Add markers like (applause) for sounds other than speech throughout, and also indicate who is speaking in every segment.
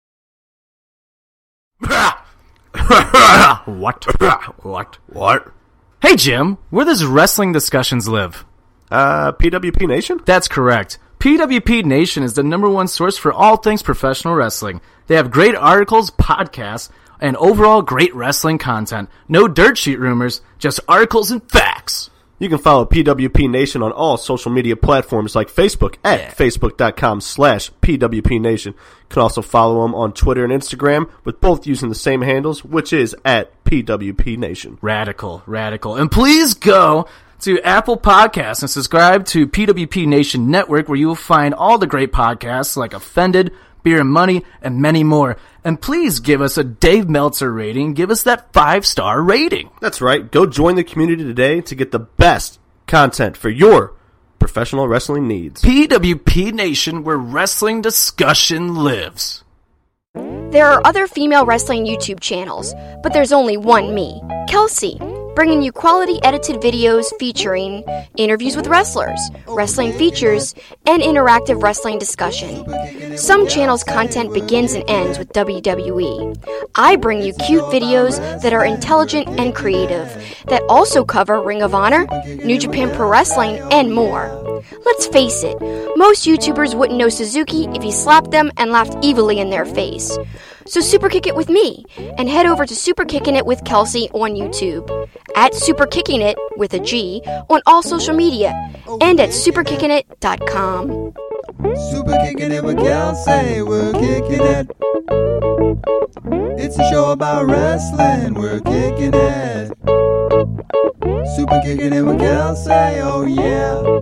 Speaker 1: (laughs) what?
Speaker 2: what? What?
Speaker 1: Hey, Jim, where does wrestling discussions live?
Speaker 2: Uh, PWP Nation?
Speaker 1: That's correct. PWP Nation is the number one source for all things professional wrestling. They have great articles, podcasts, and overall great wrestling content. No dirt sheet rumors, just articles and facts.
Speaker 2: You can follow PWP Nation on all social media platforms like Facebook at facebook.com slash PWP Nation. You can also follow them on Twitter and Instagram with both using the same handles, which is at PWP Nation.
Speaker 1: Radical, radical. And please go to Apple Podcasts and subscribe to PWP Nation Network where you will find all the great podcasts like Offended, Beer and Money, and many more. And please give us a Dave Meltzer rating. Give us that five star rating.
Speaker 2: That's right. Go join the community today to get the best content for your professional wrestling needs.
Speaker 1: PWP Nation, where wrestling discussion lives.
Speaker 3: There are other female wrestling YouTube channels, but there's only one me, Kelsey, bringing you quality edited videos featuring interviews with wrestlers, wrestling features, and interactive wrestling discussion. Some channels' content begins and ends with WWE. I bring you cute videos that are intelligent and creative, that also cover Ring of Honor, New Japan Pro Wrestling, and more. Let's face it, most YouTubers wouldn't know Suzuki if he slapped them and laughed evilly in their face. So super kick it with me and head over to Super Kicking It with Kelsey on YouTube, at Super Kicking It with a G on all social media, and at superkickingit.com.
Speaker 4: Super kicking it with Kelsey, we're kicking it. It's a show about wrestling, we're kicking it. Super kicking it with Kelsey, oh yeah.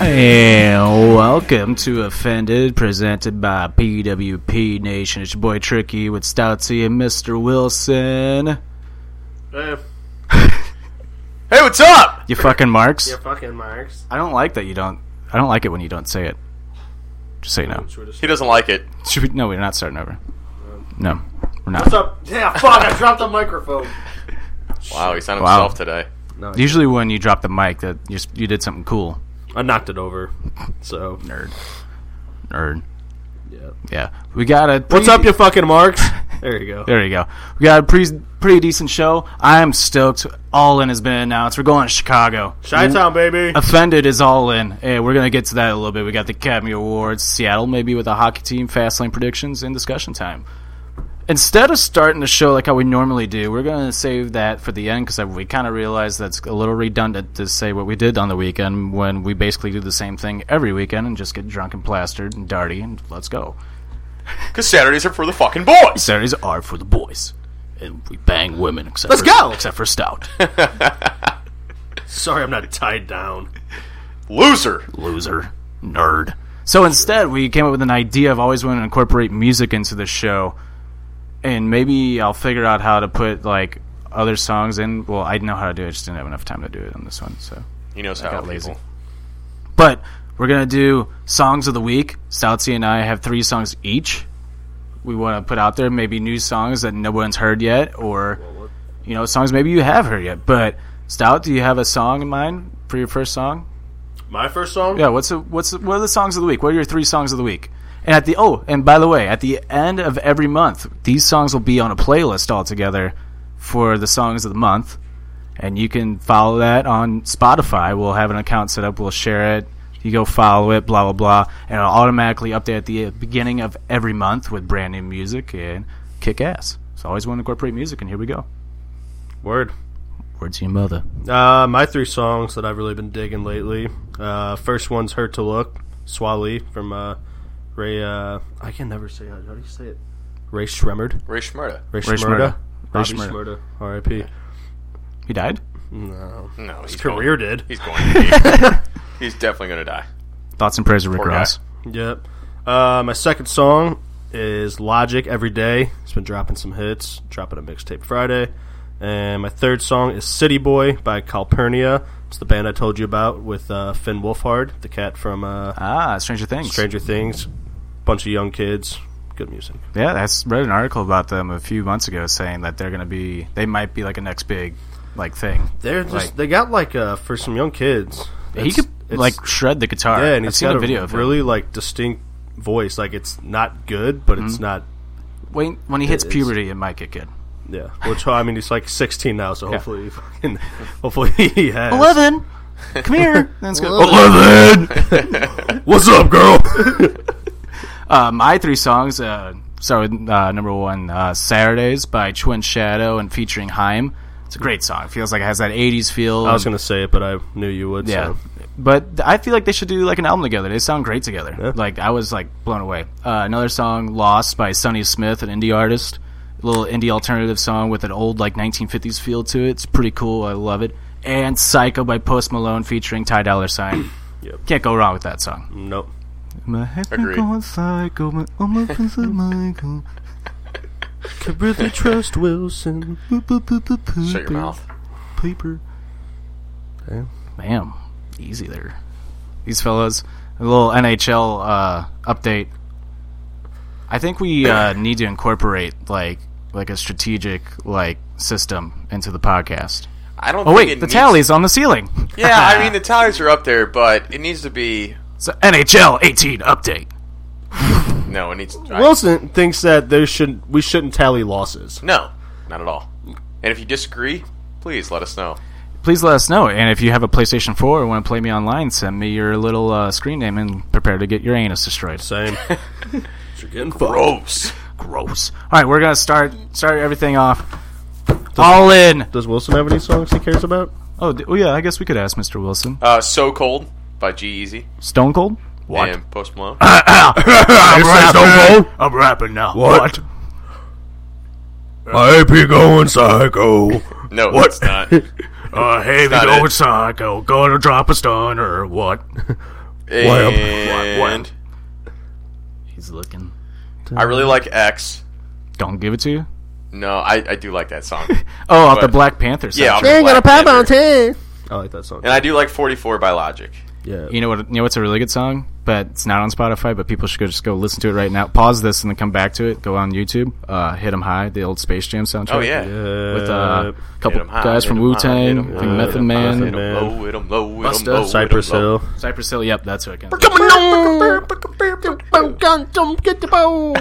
Speaker 1: And welcome to Offended, presented by PWP Nation. It's your boy Tricky with Stoutsy and Mr. Wilson.
Speaker 2: Hey, (laughs) what's up?
Speaker 1: You fucking marks.
Speaker 2: fucking Marks.
Speaker 1: I don't like that you don't. I don't like it when you don't say it. Just say no.
Speaker 5: He doesn't like it.
Speaker 1: Should we, no, we're not starting over.
Speaker 2: Uh,
Speaker 1: No, we're not.
Speaker 6: What's up? Yeah, fuck, I dropped the microphone.
Speaker 5: Wow, he sounded
Speaker 1: Wow.
Speaker 5: himself today.
Speaker 1: Usually, when you drop the mic, that you, s- you did something cool.
Speaker 6: I knocked it over. So,
Speaker 1: Nerd. Nerd.
Speaker 6: Yeah.
Speaker 1: Yeah. We got a.
Speaker 2: What's up, you fucking Marks?
Speaker 6: there you go.
Speaker 1: There you go. We got a pretty pretty decent show. I am stoked. All in has been announced. We're going to Chicago.
Speaker 2: Chi Town, baby.
Speaker 1: Offended is all in. Hey, we're gonna get to that in a little bit. We got the Academy Awards, Seattle, maybe with a hockey team, fast lane predictions, and discussion time. Instead of starting the show like how we normally do, we're gonna save that for the end because we kind of realize that's a little redundant to say what we did on the weekend when we basically do the same thing every weekend and just get drunk and plastered and darty and let's go.
Speaker 5: Because Saturdays are for the fucking boys.
Speaker 1: Saturdays are for the boys. And we bang women except
Speaker 6: Let's
Speaker 1: for,
Speaker 6: go!
Speaker 1: except for stout.
Speaker 6: Sorry, I'm not tied down.
Speaker 5: Loser.
Speaker 1: loser, nerd. So instead, we came up with an idea of always wanting to incorporate music into the show, and maybe I'll figure out how to put like other songs in. Well, I know how to do it; I just didn't have enough time to do it on this one. So,
Speaker 5: He knows
Speaker 1: got
Speaker 5: how.
Speaker 1: lazy.
Speaker 5: people.
Speaker 1: but we're gonna do songs of the week. Stoutsy and I have three songs each. We want to put out there maybe new songs that no one's heard yet, or you know, songs maybe you have heard yet. But Stout, do you have a song in mind for your first song?
Speaker 2: My first song?
Speaker 1: Yeah, what's the, what's the, what are the songs of the week? What are your three songs of the week? And at the oh, and by the way, at the end of every month, these songs will be on a playlist all together for the songs of the month, and you can follow that on Spotify. We'll have an account set up. We'll share it. You go follow it, blah blah blah, and it'll automatically update at the beginning of every month with brand new music and kick ass. So I always want to incorporate music, and here we go.
Speaker 2: Word.
Speaker 1: Words to your mother.
Speaker 2: Uh, my three songs that I've really been digging lately. Uh, first one's "Hurt to Look," Swali from uh, Ray. Uh, I can never say how, how do you say it. Ray Shremmerd.
Speaker 5: Ray Shmurda.
Speaker 2: Ray
Speaker 1: Shmurda.
Speaker 2: Shmurda. Bobby
Speaker 1: Ray Shmurda.
Speaker 2: Shmurda. R.I.P.
Speaker 1: He died.
Speaker 2: No,
Speaker 5: No, he's
Speaker 2: career
Speaker 5: going,
Speaker 2: did.
Speaker 5: He's going to
Speaker 7: (laughs)
Speaker 5: be. he's definitely going to die.
Speaker 1: Thoughts and prayers of Rick
Speaker 5: Poor guy.
Speaker 1: Ross.
Speaker 2: Yep. Uh, my second song is Logic every day. He's been dropping some hits, dropping a mixtape Friday. And my third song is City Boy by Calpurnia. It's the band I told you about with uh, Finn Wolfhard, the cat from uh,
Speaker 7: Ah, (laughs) Stranger Things.
Speaker 2: Stranger Things. Bunch of young kids. Good music.
Speaker 7: Yeah, I s- read an article about them a few months ago saying that they're going to be, they might be like a next big like thing.
Speaker 2: They're just
Speaker 7: Like-
Speaker 2: they got like uh, for some young kids.
Speaker 7: he
Speaker 2: it's-
Speaker 7: could
Speaker 2: it's-
Speaker 7: like shred the guitar.
Speaker 2: yeah, and
Speaker 7: I've
Speaker 2: he's
Speaker 7: seen
Speaker 2: got
Speaker 7: a video of
Speaker 2: really like distinct voice. Like it's not good, but
Speaker 7: Mm-hmm.
Speaker 2: it's not
Speaker 7: it. When, when he hits
Speaker 2: it's-
Speaker 7: puberty, it might get good.
Speaker 2: Yeah, which I mean, he's like 16 now, so hopefully, he fucking, (laughs) hopefully he has.
Speaker 7: Eleven, come here. Then it's good.
Speaker 2: What's up, girl?
Speaker 7: Uh, my three songs uh, start with uh, number one, uh, "Saturdays" by Twin Shadow and featuring Haim. It's a great song. It feels like it has that '80s feel.
Speaker 2: I was gonna say it, but I knew you would. Yeah.
Speaker 7: yeah,
Speaker 2: So.
Speaker 7: but th- I feel like they should do like an album together. They sound great together.
Speaker 2: Yeah.
Speaker 7: Like I was like blown away. Uh, another song, "Lost" by Sonny Smith, an indie artist. A little indie alternative song with an old like 1950s feel to it. It's pretty cool. I love it. And "Psycho" by Post Malone featuring Ty Dolla Sign.
Speaker 2: Yep.
Speaker 7: Can't go wrong with that song.
Speaker 2: Nope.
Speaker 7: My head
Speaker 5: Agreed.
Speaker 7: going psycho. My almost
Speaker 5: (laughs)
Speaker 7: is Michael.
Speaker 2: Could really trust Wilson.
Speaker 7: Boop, boop, boop, boop, boop,
Speaker 5: Shut your
Speaker 7: boop,
Speaker 5: mouth.
Speaker 7: Paper.
Speaker 2: Damn.
Speaker 7: Bam. Easy there. These fellows. A little NHL uh, update. I think we (laughs) uh, need to incorporate like like a strategic like system into the podcast.
Speaker 5: I don't.
Speaker 7: Oh
Speaker 5: think
Speaker 7: wait,
Speaker 5: it
Speaker 7: the
Speaker 5: needs-
Speaker 7: tally's on the ceiling.
Speaker 5: Yeah, I
Speaker 7: (laughs)
Speaker 5: mean the tallies are up there, but it needs to be.
Speaker 7: It's a NHL 18 update.
Speaker 5: No, it needs. I-
Speaker 2: Wilson thinks that there should we shouldn't tally losses.
Speaker 5: No, not at all. And if you disagree, please let us know.
Speaker 7: Please let us know, and if you have a PlayStation 4 or want to play me online, send me your little uh, screen name and prepare to get your anus destroyed.
Speaker 2: Same.
Speaker 7: (laughs)
Speaker 2: You're getting fucked.
Speaker 5: Gross.
Speaker 7: gross. All right, we're gonna start start everything off. All in.
Speaker 2: Does Wilson have any songs he cares about?
Speaker 7: Oh, d- oh yeah, I guess we could ask Mr. Wilson.
Speaker 5: Uh, so cold by G Easy
Speaker 7: Stone Cold. What?
Speaker 5: and Post Malone.
Speaker 7: I'm rapping. I'm rapping now.
Speaker 2: What? I be going psycho.
Speaker 5: No, what? it's not. It
Speaker 7: Uh, hey, we
Speaker 5: Not going it.
Speaker 7: psycho. Gonna drop a stun or what?
Speaker 2: Wham.
Speaker 5: And
Speaker 7: He's looking.
Speaker 5: I really like X.
Speaker 7: Don't give it to you.
Speaker 5: No, I, I do like that song.
Speaker 7: Oh, off the
Speaker 5: But-
Speaker 7: Black Panther.
Speaker 5: Yeah,
Speaker 7: soundtrack.
Speaker 5: I'm a Black Panther.
Speaker 2: ten. I like that song.
Speaker 5: And I do like 44 by Logic.
Speaker 2: Yeah.
Speaker 7: You know what? You know what's a really good song, but it's not on Spotify. But people should go, just go listen to it right now. Pause this and then come back to it. Go on YouTube. Uh, hit 'em high, the old Space Jam soundtrack.
Speaker 5: Oh yeah.
Speaker 7: with uh, a couple
Speaker 5: Hit 'em high,
Speaker 7: guys
Speaker 5: hit
Speaker 7: from
Speaker 5: 'em high,
Speaker 7: Wu Tang,
Speaker 5: hit 'em high,
Speaker 7: Method
Speaker 2: hit 'em
Speaker 7: Man,
Speaker 2: high,
Speaker 5: Hit 'em
Speaker 2: Man.
Speaker 5: low, hit 'em low, hit 'em low,
Speaker 7: Busta.
Speaker 5: hit 'em
Speaker 2: Cypress
Speaker 5: low.
Speaker 2: Hill.
Speaker 7: Cypress Hill. Yep, that's who it comes.
Speaker 2: Get the ball.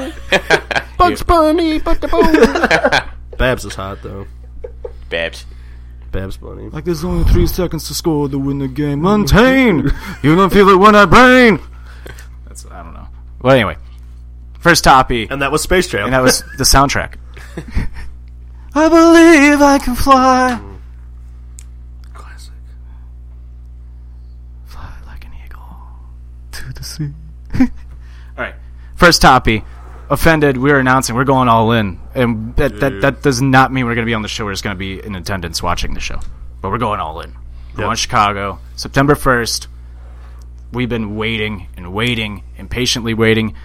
Speaker 2: Bugs Bunny, but the Babs is hot though.
Speaker 5: Babs.
Speaker 2: Babs Bunny.
Speaker 7: Like there's only three seconds to score to win the game. Montaigne, you don't feel it when I brain. That's I don't know. Well, anyway, first toppy, and
Speaker 2: And that was Space Jam. (laughs)
Speaker 7: that was
Speaker 5: (laughs)
Speaker 7: the soundtrack. I believe I can fly.
Speaker 2: classic.
Speaker 7: Fly like an eagle to the sea. (laughs) all right, first toppy. Offended, we're announcing we're going all in, and that that, that does not mean we're going to be on the show. We're just going to be in attendance watching the show, but we're going all in. We're going to Chicago, September first. We've been waiting and waiting, impatiently waiting.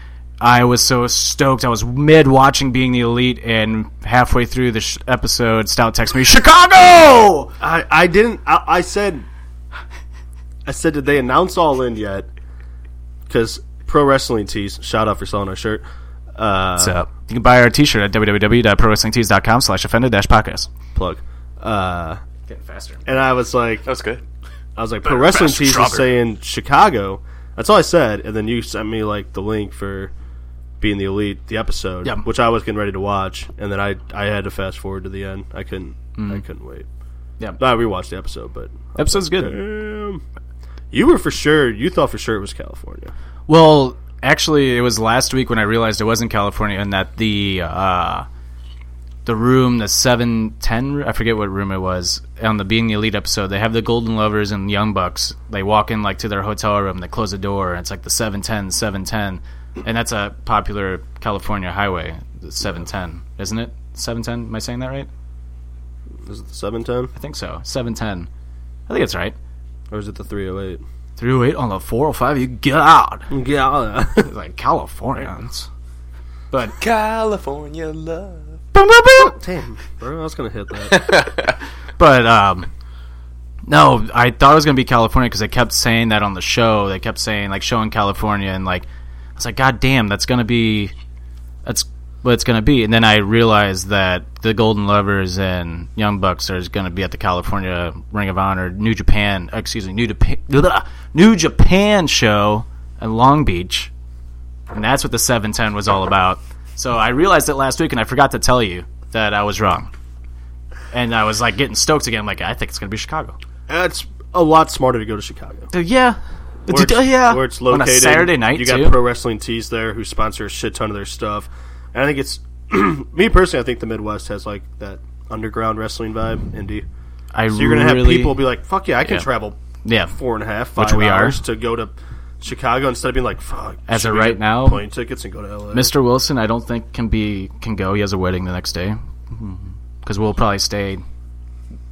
Speaker 7: I was so stoked. I was mid watching Being the Elite, and halfway through the sh- episode, Stout texted me, "Chicago!"
Speaker 2: I, I didn't. I, I said. I said, did they announce All In yet? Because Pro Wrestling Tees, shout out for selling our shirt. Uh,
Speaker 7: So you can buy our T-shirt at www.prowrestlingtees.com slash offended dash podcast.
Speaker 2: plug. Uh,
Speaker 7: Getting faster.
Speaker 2: and I was like,
Speaker 5: That was good.
Speaker 2: I was like, Pro Wrestling
Speaker 7: faster,
Speaker 2: Tees is
Speaker 7: stronger.
Speaker 2: saying Chicago. That's all I said. And then you sent me like the link for being the elite, the episode,
Speaker 7: Yeah.
Speaker 2: which I was getting ready to watch, and then I I had to fast forward to the end. I couldn't. I couldn't wait.
Speaker 7: Yeah.
Speaker 2: I rewatched the episode, but
Speaker 7: Episode's good.
Speaker 2: um, you were for sure. You thought for sure it was California.
Speaker 7: Well, actually, it was last week when I realized it was in California and that the uh, the room, the seven ten, I forget what room it was on the Being the Elite episode. They have the Golden Lovers and Young Bucks. They walk in like to their hotel room. They close the door, and it's like the 710, 710. and that's a popular California highway, the seven ten, isn't it? Seven ten. Am I saying that right?
Speaker 2: Is it the seven ten
Speaker 7: I think so. Seven ten. I think it's right.
Speaker 2: or is it the three oh eight?
Speaker 7: 308 on the 405, you get out.
Speaker 2: Yeah,
Speaker 7: uh, (laughs) It's like Californians. But
Speaker 5: California love.
Speaker 2: Damn, bro, I was gonna hit that.
Speaker 7: But um, no, I thought it was gonna be California because they kept saying that on the show. They kept saying like showing California, and like I was like, God damn, that's gonna be that's what it's gonna be. And then I realized that the Golden Lovers and Young Bucks are gonna be at the California Ring of Honor, New Japan, excuse me, New Japan, New Japan show in Long Beach, and that's what the seven ten was all about. So I realized it last week, and I forgot to tell you that I was wrong. And I was like getting stoked again. I'm like, I think it's gonna be Chicago.
Speaker 2: That's a lot smarter to go to Chicago.
Speaker 7: So, Uh, yeah, uh,
Speaker 2: Where it's,
Speaker 7: yeah,
Speaker 2: where it's located
Speaker 7: on a Saturday night
Speaker 2: You got
Speaker 7: too.
Speaker 2: pro wrestling tees there who sponsor a shit ton of their stuff, and I think it's (clears throat) me personally. I think the Midwest has like that underground wrestling vibe, indie.
Speaker 7: I
Speaker 2: So you're gonna
Speaker 7: really-
Speaker 2: have people be like, "Fuck yeah, I can
Speaker 7: Yeah.
Speaker 2: travel
Speaker 7: yeah.
Speaker 2: four and a half,
Speaker 7: Which
Speaker 2: five
Speaker 7: we are.
Speaker 2: hours to go to Chicago instead of being like, fuck."
Speaker 7: As
Speaker 2: should
Speaker 7: of
Speaker 2: we
Speaker 7: right
Speaker 2: get
Speaker 7: now,
Speaker 2: plane tickets and go to LA.
Speaker 7: Mr. Wilson, I don't think can be can go. He has a wedding the next day because we'll probably stay.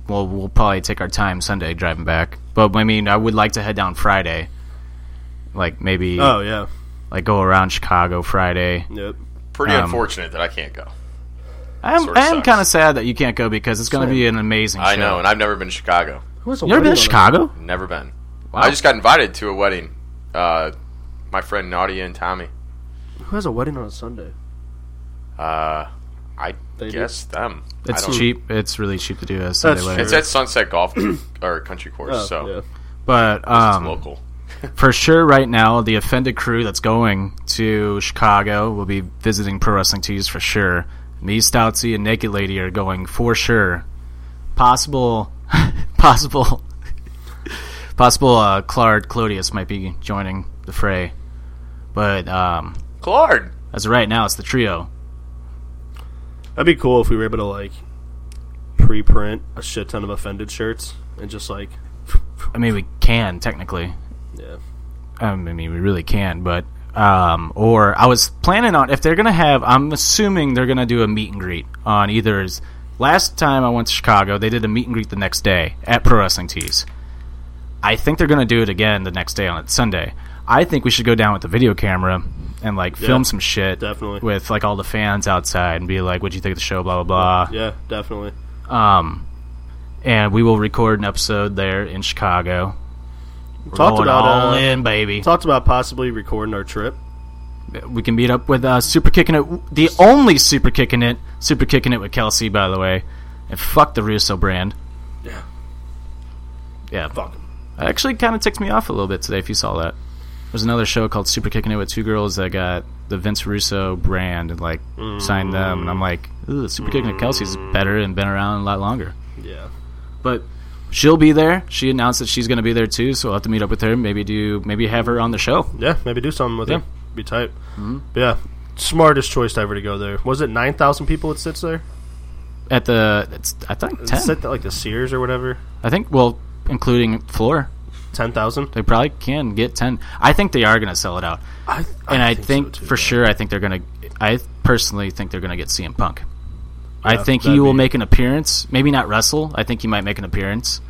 Speaker 7: Well, we'll probably take our time Sunday driving back. But I mean, I would like to head down Friday, like maybe
Speaker 2: oh yeah,
Speaker 7: like go around Chicago Friday.
Speaker 2: yep.
Speaker 5: Pretty
Speaker 7: Um,
Speaker 5: unfortunate that I can't go.
Speaker 7: I'm
Speaker 5: Sorta
Speaker 7: I'm
Speaker 5: sucks.
Speaker 7: kind of sad that you can't go because it's going to be an amazing.
Speaker 5: I
Speaker 7: show.
Speaker 5: know, and I've never been to Chicago.
Speaker 2: Who has a
Speaker 7: You ever
Speaker 2: wedding
Speaker 7: been
Speaker 2: on
Speaker 7: to
Speaker 2: a-
Speaker 7: Chicago?
Speaker 5: Never been.
Speaker 7: Wow.
Speaker 5: I just got invited to a wedding. Uh, my friend Nadia and Tommy.
Speaker 2: Who has a wedding on a Sunday?
Speaker 5: Uh, I
Speaker 2: They do.
Speaker 5: guess them. I
Speaker 7: It's
Speaker 5: don't-
Speaker 7: cheap. It's really cheap to do a Sunday
Speaker 2: That's
Speaker 7: wedding,
Speaker 5: It's at Sunset Golf
Speaker 7: (clears throat)
Speaker 5: or Country Course,
Speaker 2: Oh,
Speaker 5: so
Speaker 2: yeah.
Speaker 5: it's
Speaker 7: but um,
Speaker 5: local.
Speaker 7: for sure right now the offended crew that's going to chicago will be visiting pro wrestling tees for sure me stoutsy and naked lady are going for sure possible (laughs) possible possible uh, clark clodius might be joining the fray but um,
Speaker 5: Clark.
Speaker 7: as of right now it's the trio
Speaker 2: That'd be cool if we were able to like pre-print a shit ton of offended shirts and just like,
Speaker 7: i mean we can technically
Speaker 2: yeah.
Speaker 7: um, I mean, we really can, but um, or I was planning on if they're gonna have. I'm assuming they're gonna do a meet and greet on either. Last time I went to Chicago, they did a meet and greet the next day at Pro Wrestling Tees. I think they're gonna do it again the next day on Sunday. I think we should go down with the video camera and like film some shit
Speaker 2: definitely.
Speaker 7: with like all the fans outside and be like, "What'd you think of the show?" Blah blah blah.
Speaker 2: Yeah, definitely.
Speaker 7: Um, and we will record an episode there in Chicago. We're
Speaker 2: Talked
Speaker 7: going
Speaker 2: about,
Speaker 7: all
Speaker 2: uh,
Speaker 7: in, baby.
Speaker 2: Talked about possibly recording our trip.
Speaker 7: we can meet up with uh, Super Kicking It, the only Super Kicking It, Super Kicking It with Kelsey, by the way, and fuck the Russo brand.
Speaker 2: Yeah.
Speaker 7: Yeah, that
Speaker 2: Fuck. 'em.
Speaker 7: actually kind of ticked me off a little bit today. If you saw that, there's another show called Super Kicking It with two girls that got the Vince Russo brand and like signed them, and I'm like, Ooh, Super Kicking It with Kelsey's better and been around a lot longer,
Speaker 2: Yeah.
Speaker 7: but. She'll be there. She announced that she's going to be there too, so I'll have to meet up with her. Maybe do maybe have her on the show.
Speaker 2: Yeah, maybe do something with
Speaker 7: Yeah. Mm-hmm.
Speaker 2: it. Be tight. But yeah. Smartest choice ever to go there. Was it 9,000 people that sits there?
Speaker 7: At the it's, I think
Speaker 2: Is
Speaker 7: ten.
Speaker 2: it like the Sears or whatever?
Speaker 7: I think well, including floor.
Speaker 2: 10,000?
Speaker 7: They probably can get ten. I think they are going to sell it out,
Speaker 2: I,
Speaker 7: and I, think,
Speaker 2: so, too,
Speaker 7: for
Speaker 2: yeah.
Speaker 7: sure. I think they're going to. I personally think they're going to get CM Punk. I
Speaker 2: Yeah,
Speaker 7: think he
Speaker 2: that'd
Speaker 7: will
Speaker 2: be-
Speaker 7: make an appearance. Maybe not wrestle. I think he might make an appearance.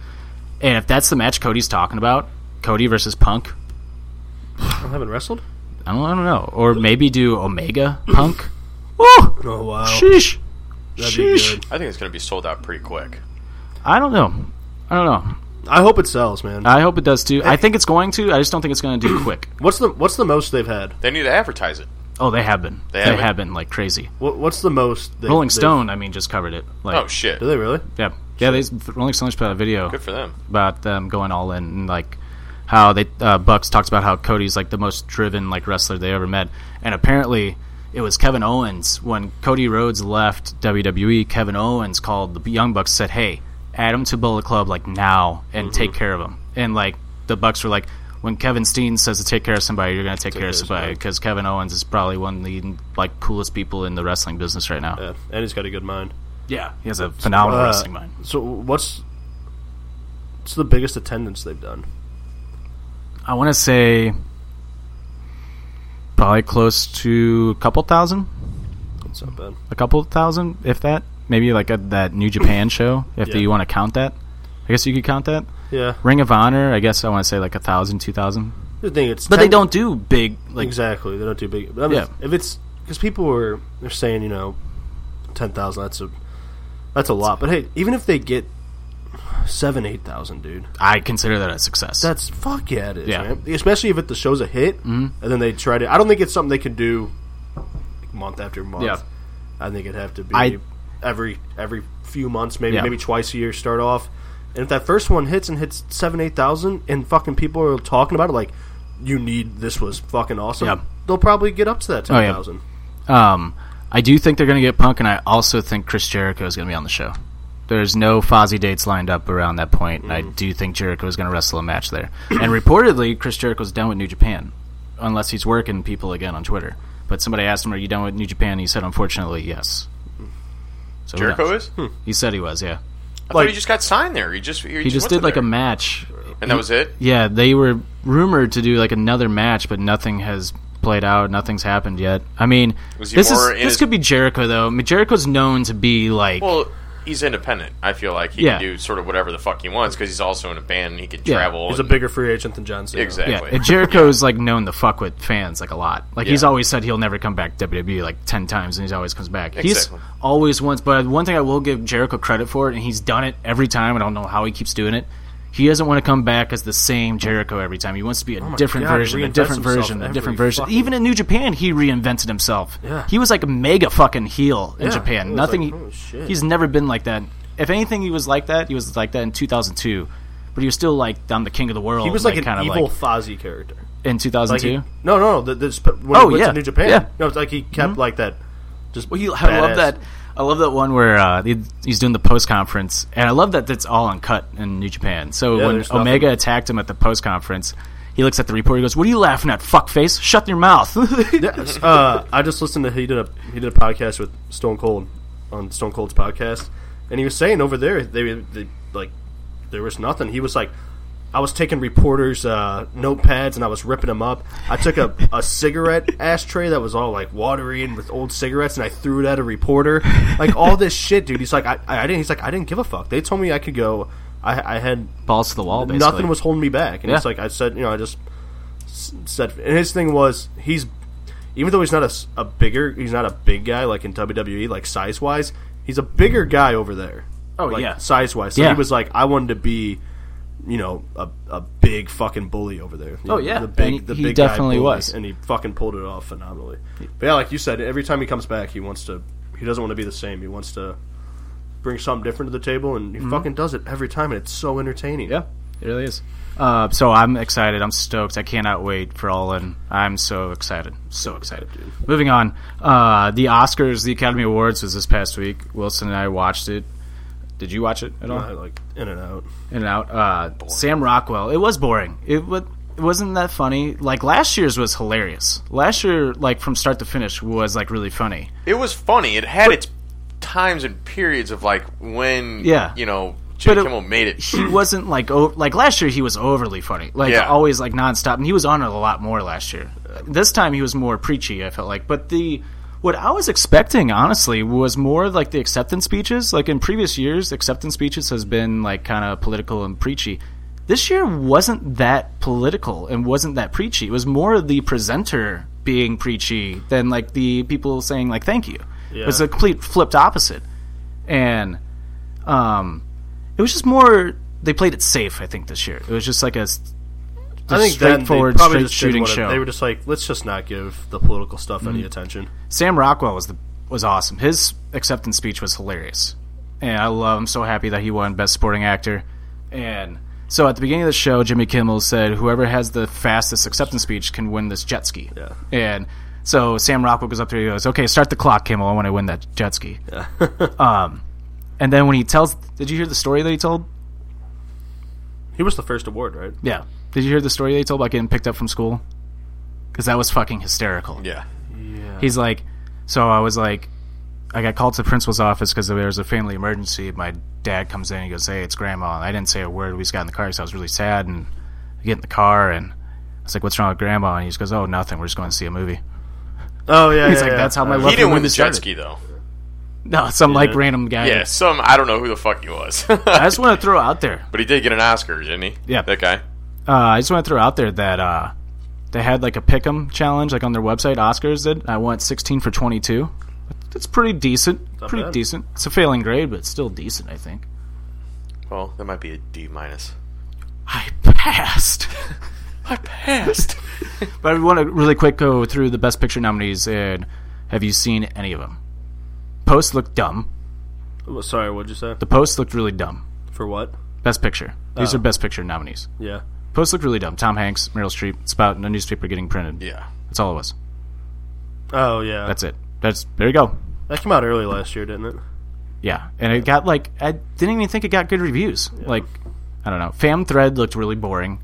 Speaker 7: And if that's the match Cody's talking about, Cody versus Punk,
Speaker 2: I haven't wrestled?
Speaker 7: I don't, I don't know. Or maybe do
Speaker 2: (laughs)
Speaker 7: Omega Punk. Oh,
Speaker 2: Oh, wow.
Speaker 7: sheesh,
Speaker 2: That'd
Speaker 7: sheesh.
Speaker 2: be good.
Speaker 5: I think it's going to be sold out pretty quick.
Speaker 7: I don't know. I don't know.
Speaker 2: I hope it sells, man.
Speaker 7: I hope it does too. I think it's going to. I just don't think it's going to do
Speaker 2: (clears throat)
Speaker 7: quick.
Speaker 2: what's the What's the most they've had?
Speaker 5: They need to advertise it.
Speaker 7: Oh, they have been. They,
Speaker 5: They have been?
Speaker 7: have been like crazy.
Speaker 2: What, what's the most? They,
Speaker 7: Rolling
Speaker 2: they've-
Speaker 7: Stone, I mean, just covered it. Like,
Speaker 5: Oh shit!
Speaker 2: Do they really?
Speaker 7: Yeah, yeah. They Rolling Stones put out a video
Speaker 5: Good for them.
Speaker 7: about them going all in, and like how they uh, Bucks talks about how Cody's like the most driven like wrestler they ever met, and apparently it was Kevin Owens when Cody Rhodes left WWE. Kevin Owens called the Young Bucks, said, "Hey, add him to Bullet Club like now and take care of him." And like the Bucks were like. When Kevin Steen says to take care of somebody, you're going to take, care of somebody because Kevin Owens is probably one of the like coolest people in the wrestling business right now.
Speaker 2: Yeah, and he's got a good mind.
Speaker 7: Yeah, he has a phenomenal
Speaker 2: Uh,
Speaker 7: wrestling mind.
Speaker 2: So what's what's the biggest attendance they've done?
Speaker 7: I want to say probably close to a couple thousand,
Speaker 2: That's not bad.
Speaker 7: a couple thousand, if that. Maybe like a, that New Japan (coughs) show, if
Speaker 2: Yeah.
Speaker 7: you want to count that. I guess you could count that.
Speaker 2: Yeah,
Speaker 7: Ring of Honor, I guess I want to say like a thousand, two thousand.
Speaker 2: the thing it's
Speaker 7: But they
Speaker 2: ten-
Speaker 7: don't do big like
Speaker 2: exactly. They don't do big. I mean,
Speaker 7: Yeah.
Speaker 2: if it's 'cause because people were they're saying you know ten thousand that's a that's a lot, but hey, even if they get seven eight thousand, dude,
Speaker 7: I consider that a success.
Speaker 2: that's fuck yeah, it is.
Speaker 7: Yeah. Mm-hmm.
Speaker 2: man. especially if it, the show's a hit, and then they try to. I don't think it's something they can do like, month after month.
Speaker 7: Yeah.
Speaker 2: I think it'd have to be
Speaker 7: I-
Speaker 2: every every few months, maybe
Speaker 7: Yeah.
Speaker 2: maybe twice a year. Start off, and if that first one hits and hits seven eight thousand, and fucking people are talking about it like you need this was fucking awesome.
Speaker 7: Yeah.
Speaker 2: They'll probably get up to that
Speaker 7: Oh, yeah.
Speaker 2: ten thousand.
Speaker 7: Um, I do think they're going to get Punk, and I also think Chris Jericho is going to be on the show. There's no Fozzy dates lined up around that point, and I
Speaker 5: Mm-hmm.
Speaker 7: do think Jericho is going to wrestle a match there. and reportedly, Chris Jericho's done with New Japan, unless he's working people again on Twitter. But somebody asked him, "Are you done with New Japan?" He said, "Unfortunately, yes." So who
Speaker 5: Jericho
Speaker 7: knows?
Speaker 5: is? I
Speaker 7: He said he was. Yeah,
Speaker 5: thought he just got signed there. He just he,
Speaker 7: he just
Speaker 5: went
Speaker 7: did like
Speaker 5: there.
Speaker 7: a match.
Speaker 5: and that was it.
Speaker 7: Yeah, they were rumored to do like another match, but nothing has played out. Nothing's happened yet. I mean,
Speaker 5: Was he
Speaker 7: this is
Speaker 5: more in
Speaker 7: this
Speaker 5: his-
Speaker 7: could be Jericho though. I mean, Jericho's known to be like
Speaker 5: Well, he's independent. I feel like he
Speaker 7: Yeah.
Speaker 5: can do sort of whatever the fuck he wants because he's also in a band. and He could
Speaker 7: Yeah.
Speaker 5: travel.
Speaker 2: He's a
Speaker 5: and-
Speaker 2: bigger free agent than John Cena.
Speaker 5: exactly.
Speaker 7: yeah. And Jericho's like known to fuck with fans like a lot. Like he's
Speaker 5: Yeah.
Speaker 7: always said he'll never come back to WWE like ten times, and he always comes back. He's
Speaker 5: Exactly.
Speaker 7: always once. But one thing I will give Jericho credit for, and he's done it every time. I don't know how he keeps doing it. He doesn't want to come back as the same Jericho every time. He wants to be a different
Speaker 2: Oh God, he
Speaker 7: version, a
Speaker 2: reinvents
Speaker 7: different
Speaker 2: himself
Speaker 7: version, a
Speaker 2: every
Speaker 7: different version.
Speaker 2: fucking-
Speaker 7: Even in New Japan, he reinvented himself.
Speaker 2: Yeah.
Speaker 7: He was like a mega fucking heel in
Speaker 2: Yeah.
Speaker 7: Japan.
Speaker 2: It was
Speaker 7: Nothing.
Speaker 2: like, holy shit.
Speaker 7: He's never been like that. If anything, he was like that. He was like that in 2002, but he was still like I'm the king of the world.
Speaker 2: He was like,
Speaker 7: kind
Speaker 2: an
Speaker 7: of
Speaker 2: evil
Speaker 7: like,
Speaker 2: Fozzy character.
Speaker 7: in
Speaker 2: Like
Speaker 7: 2002.
Speaker 2: he, no, no, the, this, but when
Speaker 7: Oh,
Speaker 2: he went
Speaker 7: yeah.
Speaker 2: to New Japan,
Speaker 7: Yeah. Mm-hmm.
Speaker 2: no, it's like he kept like that. Just
Speaker 7: Well, you, I
Speaker 2: badass.
Speaker 7: love that. I love that one where uh, he- he's doing the post conference, and I love that that's all uncut in New Japan. So
Speaker 2: Yeah,
Speaker 7: when
Speaker 2: there's
Speaker 7: Omega
Speaker 2: nothing.
Speaker 7: attacked him at the post conference, he looks at the reporter, he goes, "What are you laughing at, fuckface? Shut your mouth." (laughs)
Speaker 2: Yes, uh, I just listened to he did a he did a podcast with Stone Cold on Stone Cold's podcast, and he was saying over there they, they like there was nothing. He was like, I was taking reporters' uh, notepads and I was ripping them up. I took a, a cigarette
Speaker 7: (laughs)
Speaker 2: ashtray that was all like watery and with old cigarettes, and I threw it at a reporter. Like all this shit, dude. He's like, I, I didn't. He's like, I didn't give a fuck. They told me I could go. I, I had
Speaker 7: Balls to the wall. Basically.
Speaker 2: nothing was holding me back. And
Speaker 7: Yeah.
Speaker 2: it's like I said, you know, I just s- said. And his thing was he's even though he's not a, s- a bigger, he's not a big guy like in WWE, like size wise, he's a bigger guy over there.
Speaker 7: Oh,
Speaker 2: like,
Speaker 7: yeah.
Speaker 2: size wise. So
Speaker 7: Yeah.
Speaker 2: he was like, I wanted to be. You know, a, a big fucking bully over there. You
Speaker 7: Oh,
Speaker 2: know,
Speaker 7: yeah.
Speaker 2: the big
Speaker 7: And
Speaker 2: the
Speaker 7: he
Speaker 2: big guy
Speaker 7: definitely
Speaker 2: bully.
Speaker 7: was.
Speaker 2: and he fucking pulled it off phenomenally. But yeah, like you said, every time he comes back, he wants to. He doesn't want to be the same. He wants to bring something different to the table, and he fucking does it every time, and it's so entertaining.
Speaker 7: Mm-hmm. Yeah, it really is. Uh, so I'm excited. I'm stoked. I cannot wait for all in. I'm so excited. So excited. Moving on. Uh, the Oscars, the Academy Awards was this past week. Wilson and I watched it. Did you watch it at all?
Speaker 2: I, like in and out.
Speaker 7: in and out. Uh, Sam Rockwell. It was boring. It wa It wasn't that funny. Like last year's was hilarious. Last year, like from start to finish, was like really funny.
Speaker 5: It was funny. It had its times and periods of like when
Speaker 7: Yeah.
Speaker 5: you know Jimmy
Speaker 7: But it-
Speaker 5: Kimmel made it.
Speaker 7: He wasn't like o like last year. He was overly funny, like
Speaker 5: Yeah.
Speaker 7: always like nonstop, and he was on it a lot more last year. This time he was more preachy. I felt like, but the what I was expecting honestly was more of, like the acceptance speeches. Like in previous years, acceptance speeches has been like kind of political and preachy. This year wasn't that political and wasn't that preachy. It was more of the presenter being preachy than like the people saying like thank you. It was
Speaker 2: Yeah.
Speaker 7: a complete flipped opposite, and um, it was just more. They played it safe, I think, this year. It was just like a, s-
Speaker 2: I think then
Speaker 7: straightforward,
Speaker 2: they probably
Speaker 7: straight
Speaker 2: just
Speaker 7: shooting
Speaker 2: shooting
Speaker 7: show. Mm-hmm.
Speaker 2: They were just like, let's just not give the political stuff any attention.
Speaker 7: Sam Rockwell was the was awesome. His acceptance speech was hilarious, and I love. I'm so happy that he won Best Supporting Actor. And so at the beginning of the show, Jimmy Kimmel said, "Whoever has the fastest acceptance speech can win this jet ski."
Speaker 2: Yeah.
Speaker 7: And so Sam Rockwell goes up there. He goes, "Okay, start the clock, Kimmel. I want to win that jet ski." (laughs) um, and then when he tells, did you hear the story that he told?
Speaker 2: He was the first award, right?
Speaker 7: Yeah. Did you hear the story they told about getting picked up from school? Because that was fucking hysterical.
Speaker 5: Yeah,
Speaker 7: He's like, so I was like, I got called to the principal's office because there was a family emergency. My dad comes in and he goes, hey, it's grandma. And I didn't say a word. We just got in the car because I was really sad. And I get in the car and I was like, what's wrong with grandma? And he just goes, oh, nothing. We're just going to see a movie. (laughs)
Speaker 2: Oh yeah,
Speaker 7: He's
Speaker 2: yeah,
Speaker 7: like,
Speaker 2: yeah.
Speaker 7: that's how my
Speaker 2: Uh,
Speaker 7: love
Speaker 5: he didn't win the
Speaker 7: started.
Speaker 5: jet ski though.
Speaker 7: No, some like random guy.
Speaker 5: Yeah, some I don't know who the fuck he was, (laughs)
Speaker 7: I
Speaker 5: but
Speaker 7: just want to throw out there.
Speaker 5: he did get an Oscar, didn't he?
Speaker 7: Yeah.
Speaker 5: that guy.
Speaker 7: Uh, I just want to throw out there that uh, They had like a pick'em challenge, like on their website. Oscars did. I went sixteen for twenty-two. That's pretty decent. pretty
Speaker 2: bad.
Speaker 7: decent. It's a failing grade, but it's still decent, I think.
Speaker 5: Well, that might be a D minus.
Speaker 7: I passed.
Speaker 5: I passed.
Speaker 7: (laughs) But I want to really quick go through the best picture nominees and have you seen any of them? Post looked dumb.
Speaker 2: Oh, Sorry, what'd you say?
Speaker 7: The post looked really dumb.
Speaker 2: For what?
Speaker 7: Best picture. These
Speaker 2: Oh.
Speaker 7: are best picture nominees.
Speaker 2: Yeah.
Speaker 7: Post looked really dumb. Tom Hanks, Meryl Streep, Spout, and a newspaper getting printed.
Speaker 5: yeah.
Speaker 7: That's all it was.
Speaker 2: Oh yeah.
Speaker 7: That's it. That's there you go.
Speaker 2: that came out early last year, didn't it?
Speaker 7: Yeah, and it got like I didn't even think it got good reviews. Like I don't know. Fam Thread looked really boring.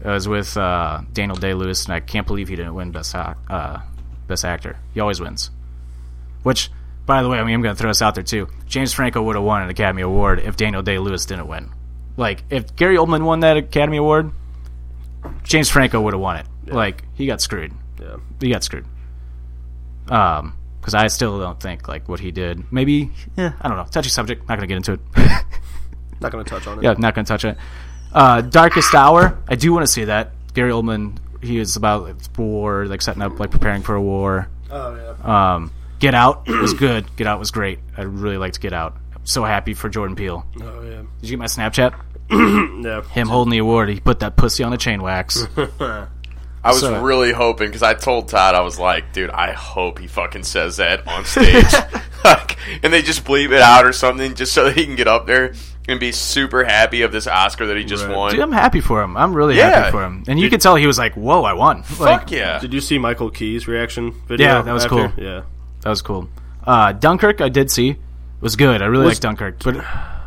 Speaker 7: It was with uh, Daniel Day Lewis, and I can't believe he didn't win best Ac- uh, best actor. He always wins. Which, by the way, I mean I'm going to throw this out there too. James Franco would have won an Academy Award if Daniel Day Lewis didn't win. Like if Gary Oldman won that Academy Award, James Franco would have won it. Like he got screwed
Speaker 2: Yeah.
Speaker 7: he got screwed. Um, because I still don't think like what he did. Maybe yeah, I don't know. Touchy subject. Not gonna get into it. (laughs)
Speaker 2: Not gonna touch on it.
Speaker 7: yeah, not gonna touch it. Uh, Darkest Hour. I do want to see that. Gary Oldman. He is about like, war, like setting up, like preparing for a war.
Speaker 2: Oh yeah.
Speaker 7: Um, Get Out was good. Get Out was great. I really liked Get Out. I'm so happy for Jordan Peele.
Speaker 2: oh yeah.
Speaker 7: Did you get
Speaker 2: (clears throat)
Speaker 7: my Snapchat?
Speaker 2: Yeah.
Speaker 7: Him holding the award. He put that pussy on a chain wax.
Speaker 2: (laughs)
Speaker 5: I was
Speaker 7: So-
Speaker 5: really hoping because I told Todd I was like, dude, I hope he fucking says that on
Speaker 7: (laughs)
Speaker 5: stage, like, and they just bleep it out or something just so that he can get up there and be super happy of this Oscar that he just
Speaker 2: Right.
Speaker 5: won.
Speaker 7: Dude, I'm happy for him. I'm really
Speaker 5: Yeah.
Speaker 7: happy for him. And you could tell he was like, "Whoa, I won!" Like,
Speaker 5: Fuck yeah!
Speaker 2: Did you see Michael Key's reaction video?
Speaker 7: Yeah, that was
Speaker 2: after?
Speaker 7: cool.
Speaker 2: Yeah.
Speaker 7: That was cool. Uh, Dunkirk, I did see, was good. I really
Speaker 2: Was-
Speaker 7: liked Dunkirk, but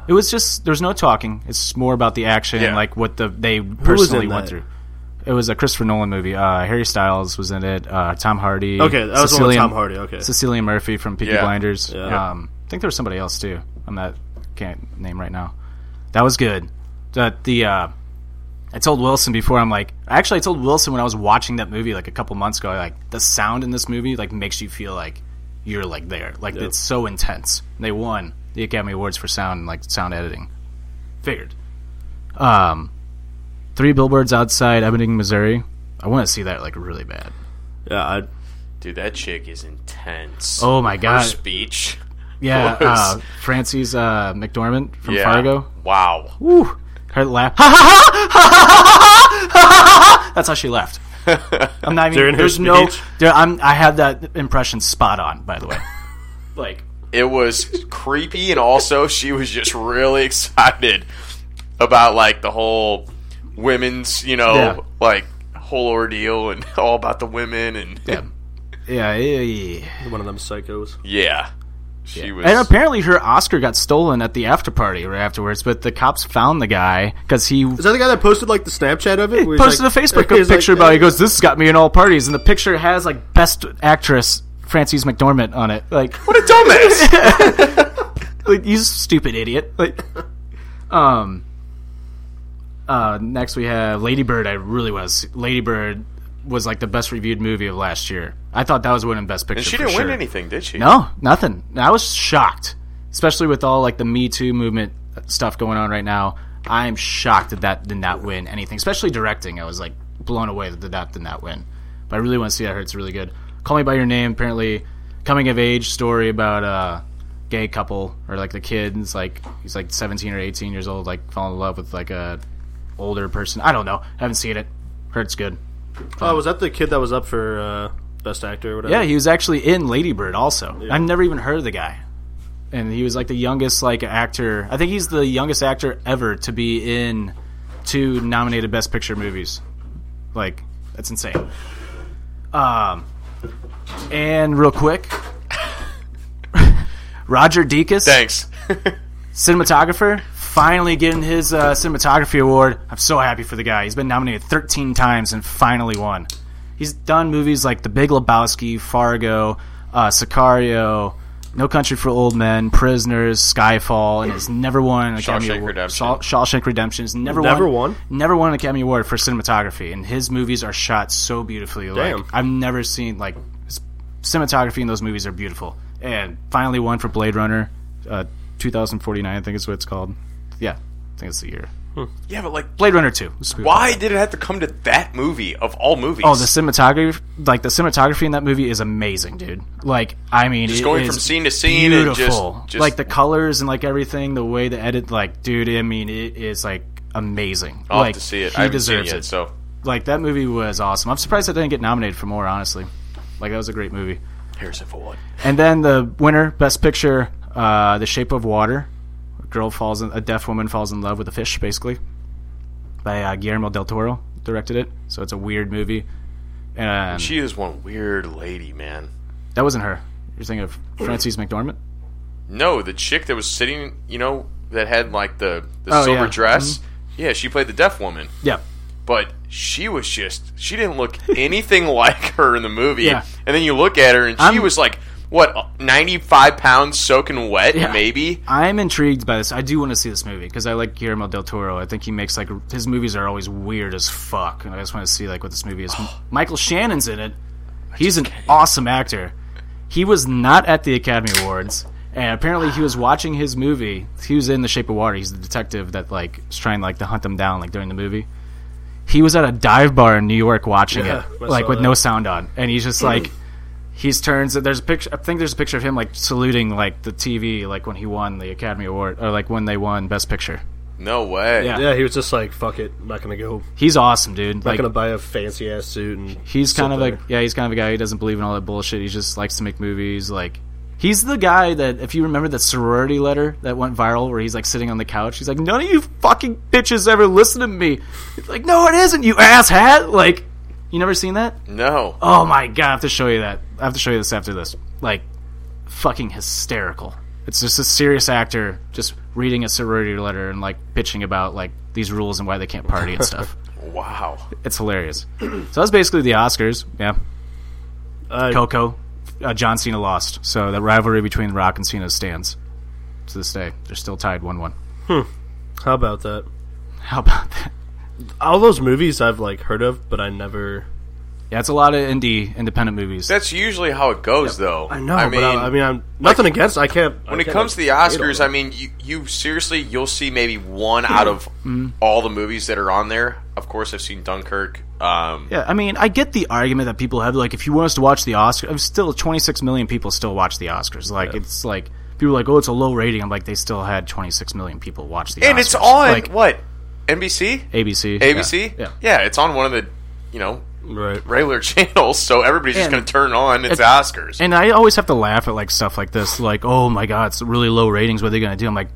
Speaker 7: it was just there's no talking. It's more about the action,
Speaker 5: Yeah.
Speaker 7: like what the they
Speaker 2: was
Speaker 7: personally
Speaker 2: in
Speaker 7: went
Speaker 2: that?
Speaker 7: through. It was a Christopher Nolan movie. Uh, Harry Styles was in it. Uh, Tom Hardy.
Speaker 2: Okay, that was the one with Tom Hardy. Okay.
Speaker 7: Cecilia Murphy from Peaky
Speaker 5: Yeah.
Speaker 7: Blinders.
Speaker 2: Yeah.
Speaker 7: Um, I think there was somebody else too. I'm not can't name right now. That was good. That the uh, I told Wilson before. I'm like, actually, I told Wilson when I was watching that movie like a couple months ago. Like the sound in this movie like makes you feel like you're like there. Like it's so intense. They won the Academy Awards for sound and like sound editing. Figured. Um, three billboards outside Ebbing, Missouri. I want to see that like really bad.
Speaker 2: Yeah. I,
Speaker 5: Dude, that chick is intense.
Speaker 7: Oh my
Speaker 5: Her
Speaker 7: god!
Speaker 5: speech.
Speaker 7: Yeah,
Speaker 5: was-
Speaker 7: uh, Frances uh, McDormand from
Speaker 5: Yeah.
Speaker 7: Fargo.
Speaker 5: Wow.
Speaker 7: Woo! Her laugh. Ha ha ha! Ha ha ha! That's how she left. I'm not even.
Speaker 2: During her
Speaker 7: there's no.
Speaker 2: speech?
Speaker 7: There, I'm. I had that impression spot on. By the way, like
Speaker 5: It was creepy, and also she was just really excited about like the whole women's, you know,
Speaker 7: Yeah.
Speaker 5: like whole ordeal and (laughs) all about the women and
Speaker 7: yeah, yeah, yeah, yeah.
Speaker 2: one of them psychos.
Speaker 5: yeah. She was.
Speaker 7: And uh, apparently, her Oscar got stolen at the after party or afterwards. But the cops found the guy because he
Speaker 2: Is that the guy that posted like the Snapchat of it? Where he's
Speaker 7: posted
Speaker 2: like-
Speaker 7: a Facebook
Speaker 2: (laughs) he's like, uh,
Speaker 7: picture about it. He goes, "This has got me in all parties," and the picture has like best actress Frances McDormand on it. Like,
Speaker 5: what a dumbass!
Speaker 7: like you stupid idiot.
Speaker 5: (laughs)
Speaker 7: Like, um, uh, next we have Lady Bird. I really was Lady Bird was like the best reviewed movie of last year. I thought that was winning Best Picture.
Speaker 5: and (laughs) she
Speaker 7: for
Speaker 5: didn't win
Speaker 7: sure.
Speaker 5: anything, did she?
Speaker 7: No, nothing. I was shocked, especially with all like the Me Too movement stuff going on right now. I am shocked that that did not win anything, especially directing. I was like blown away that that did not win. But I really want to see that. I heard It's really good. Call Me by Your Name, apparently coming of age story about a gay couple or like the kid. It's like he's like seventeen or eighteen years old, like falling in love with like a older person. I don't know. haven't seen it. Heard it's good.
Speaker 2: Oh, was that the kid that was up for uh, best actor or whatever?
Speaker 7: Yeah, he was actually in Lady Bird also. I've never even heard of the guy. And he was like the youngest like actor. I think he's the youngest actor ever to be in two nominated best picture movies. Like that's insane. Um and real quick (laughs) Roger Deakins,
Speaker 5: Thanks. (laughs)
Speaker 7: cinematographer, finally getting his uh, cinematography award. I'm so happy for the guy. He's been nominated 13 times and finally won. He's done movies like The Big Lebowski, Fargo, uh, Sicario, No Country for Old Men, Prisoners, Skyfall, and has never won an Academy
Speaker 5: Shawshank
Speaker 7: Award.
Speaker 5: Redemption.
Speaker 7: Shaw- Shawshank Redemption. Has never,
Speaker 2: Never
Speaker 7: won,
Speaker 2: won?
Speaker 7: Never won an Academy Award for cinematography, and his movies are shot so beautifully.
Speaker 2: Damn.
Speaker 7: Like I've never seen like his cinematography in those movies are beautiful. And finally, one for Blade Runner, uh, 2049. I think is what it's called. Yeah, I think it's the year.
Speaker 5: Yeah, but like,
Speaker 7: Blade Runner Two. was spoofed
Speaker 5: why
Speaker 7: off that.
Speaker 5: did it have to come to that movie of all movies?
Speaker 7: Oh, the cinematography, like the cinematography in that movie is amazing, dude. Like, I mean,
Speaker 5: Just
Speaker 7: it
Speaker 5: going from
Speaker 7: is
Speaker 5: scene to scene and just-
Speaker 7: beautiful.
Speaker 5: just-
Speaker 7: like the colors and like everything, the way the edit, like, dude. I mean, it is like amazing.
Speaker 5: I'll
Speaker 7: like,
Speaker 5: have to see it.
Speaker 7: He
Speaker 5: I haven't seen it
Speaker 7: deserves
Speaker 5: yet, so
Speaker 7: Like that movie was awesome. I'm surprised it didn't get nominated for more. Honestly, like that was a great movie.
Speaker 5: Harrison Ford.
Speaker 7: And then the winner, Best Picture, uh, The Shape of Water. A girl falls, in, a deaf woman falls in love with a fish, basically. By uh, Guillermo del Toro directed it, so it's a weird movie. And
Speaker 5: She is one weird lady, man.
Speaker 7: that wasn't her. You're thinking of Frances McDormand.
Speaker 5: No, the chick that was sitting, you know, that had like the the
Speaker 7: Oh,
Speaker 5: silver
Speaker 7: yeah.
Speaker 5: dress. Yeah, she played the deaf woman,
Speaker 7: Yeah,
Speaker 5: but she was just she didn't look (laughs) anything like her in the movie.
Speaker 7: Yeah.
Speaker 5: And then you look at her, and she
Speaker 7: I'm-
Speaker 5: was like what ninety five pounds soaking wet,
Speaker 7: Yeah.
Speaker 5: maybe.
Speaker 7: I'm intrigued by this. I do want to see this movie because I like Guillermo del Toro. I think he makes like his movies are always weird as fuck, and I just want to see like what this movie is. Michael Shannon's in it. He's an awesome actor. He was not at the Academy Awards, and apparently he was watching his movie. He was in The Shape of Water. He's the detective that like is trying like to hunt them down like during the movie. He was at a dive bar in New York watching
Speaker 2: Yeah,
Speaker 7: it,
Speaker 2: I
Speaker 7: like
Speaker 2: saw
Speaker 7: with
Speaker 2: that.
Speaker 7: no sound on, and he's just like he's turns there's a picture i think there's a picture of him like saluting like the tv like when he won the academy award or like when they won best picture
Speaker 5: No way.
Speaker 7: Yeah.
Speaker 2: Yeah, he was just like, "Fuck it, I'm not gonna go.
Speaker 7: he's awesome dude
Speaker 2: not
Speaker 7: like
Speaker 2: gonna buy a fancy ass suit." And
Speaker 7: he's
Speaker 2: sit
Speaker 7: kind of
Speaker 2: there.
Speaker 7: like yeah he's kind of a guy who doesn't believe in all that bullshit he just likes to make movies like he's the guy that if you remember that sorority letter that went viral where he's like sitting on the couch he's like none of you fucking bitches ever listen to me it's like no it isn't you asshat like you never seen that
Speaker 5: No.
Speaker 7: Oh my god, I have to show you that. I have to show you this after this. Like, fucking hysterical. It's just a serious actor just reading a sorority letter and like bitching about like these rules and why they can't party and stuff.
Speaker 5: Wow.
Speaker 7: It's hilarious. So that's basically the Oscars. Yeah,
Speaker 2: I-
Speaker 7: Coco, uh, John Cena lost, so the rivalry between The Rock and Cena stands to this day. They're still tied one-one.
Speaker 2: How about that?
Speaker 7: How about that?
Speaker 2: All those movies I've like heard of, but I never.
Speaker 7: Yeah, it's a lot of indie independent movies.
Speaker 5: That's usually how it goes, though.
Speaker 2: I know. but I, I mean, I'm nothing against. I can't.
Speaker 5: when it comes to the Oscars, I mean, you, you seriously, you'll see maybe one out of all the movies that are on there. Of course, I've seen Dunkirk. Um,
Speaker 7: Yeah, I mean, I get the argument that people have, like, if you want us to watch the Oscars, still 26 million people still watch the Oscars. Like, it's like people are like, oh, it's a low rating. I'm like, they still had 26 million people watch the Oscars.
Speaker 5: and it's on
Speaker 7: like
Speaker 5: what NBC,
Speaker 7: ABC,
Speaker 5: ABC.
Speaker 7: yeah, yeah.
Speaker 5: it's on one of the you know
Speaker 2: right?
Speaker 5: regular (laughs) channels, so everybody's just
Speaker 7: And-
Speaker 5: going to turn on. It's
Speaker 7: and-
Speaker 5: Oscars.
Speaker 7: And I always have to laugh at like stuff like this, like, oh my god, it's really low ratings. What are they gonna do? I'm like,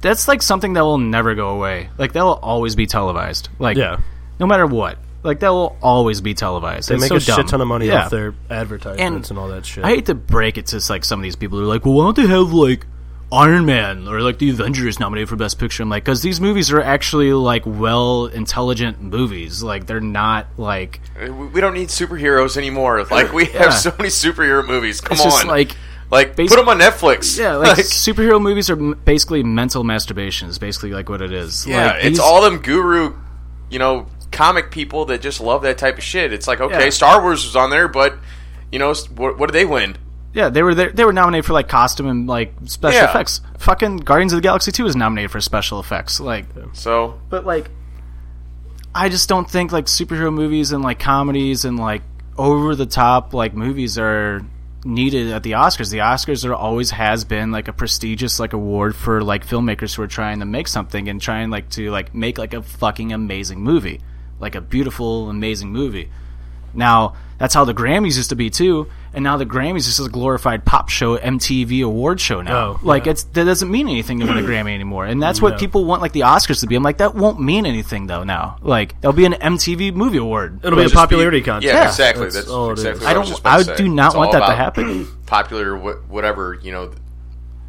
Speaker 7: that's like something that will never go away. Like that will always be televised. Like,
Speaker 2: Yeah.
Speaker 7: no matter what. Like that will always be televised.
Speaker 2: They
Speaker 7: It's
Speaker 2: make
Speaker 7: so
Speaker 2: a
Speaker 7: dumb.
Speaker 2: shit ton of money
Speaker 7: Yeah.
Speaker 2: off their advertisements and, all that shit.
Speaker 7: I hate to break it to like some of these people who are like, well, why don't they have like Iron Man or like the Avengers nominated for Best Picture? I'm like, because these movies are actually like well intelligent movies. Like they're not like
Speaker 5: We- we don't need superheroes anymore. Like we
Speaker 7: Yeah.
Speaker 5: have so many superhero movies. Come
Speaker 7: it's just
Speaker 5: on,
Speaker 7: like
Speaker 5: like
Speaker 7: basi-
Speaker 5: put them on Netflix.
Speaker 7: yeah, like, superhero movies are m- basically mental masturbation. Is basically like what it is.
Speaker 5: Yeah,
Speaker 7: like,
Speaker 5: it's
Speaker 7: these-
Speaker 5: all them guru, you know, comic people that just love that type of shit. It's like, okay,
Speaker 7: Yeah.
Speaker 5: Star Wars was on there, but you know, s- what, what did they win?
Speaker 7: Yeah, they were there, they were nominated for like costume and like special
Speaker 5: Yeah.
Speaker 7: effects. Fucking Guardians of the Galaxy Two is nominated for special effects. Like
Speaker 5: So
Speaker 7: but like i just don't think like superhero movies and like comedies and like over the top like movies are needed at the oscars the oscars are always has been like a prestigious like award for like filmmakers who are trying to make something and trying like to like make like a fucking amazing movie like a beautiful amazing movie now that's how the grammys used to be too and now the grammys is just a glorified pop show mtv award show now
Speaker 2: Oh,
Speaker 7: like it's that doesn't mean anything to
Speaker 5: (clears throat)
Speaker 7: win a grammy anymore and that's what
Speaker 2: No.
Speaker 7: people want like the oscars to be i'm like that won't mean anything though now like that'll be an mtv movie award
Speaker 2: It'll be a
Speaker 5: just be-
Speaker 2: popularity contest.
Speaker 5: Yeah, exactly. That's,
Speaker 2: all it
Speaker 5: exactly.
Speaker 2: is.
Speaker 5: What
Speaker 7: I
Speaker 5: I,
Speaker 7: don't-
Speaker 5: was just
Speaker 7: I
Speaker 5: about to
Speaker 7: do
Speaker 5: say.
Speaker 7: not
Speaker 5: It's
Speaker 7: want
Speaker 5: all
Speaker 7: that to
Speaker 5: about
Speaker 7: happen.
Speaker 5: (clears throat) Popular, wh- whatever you know, the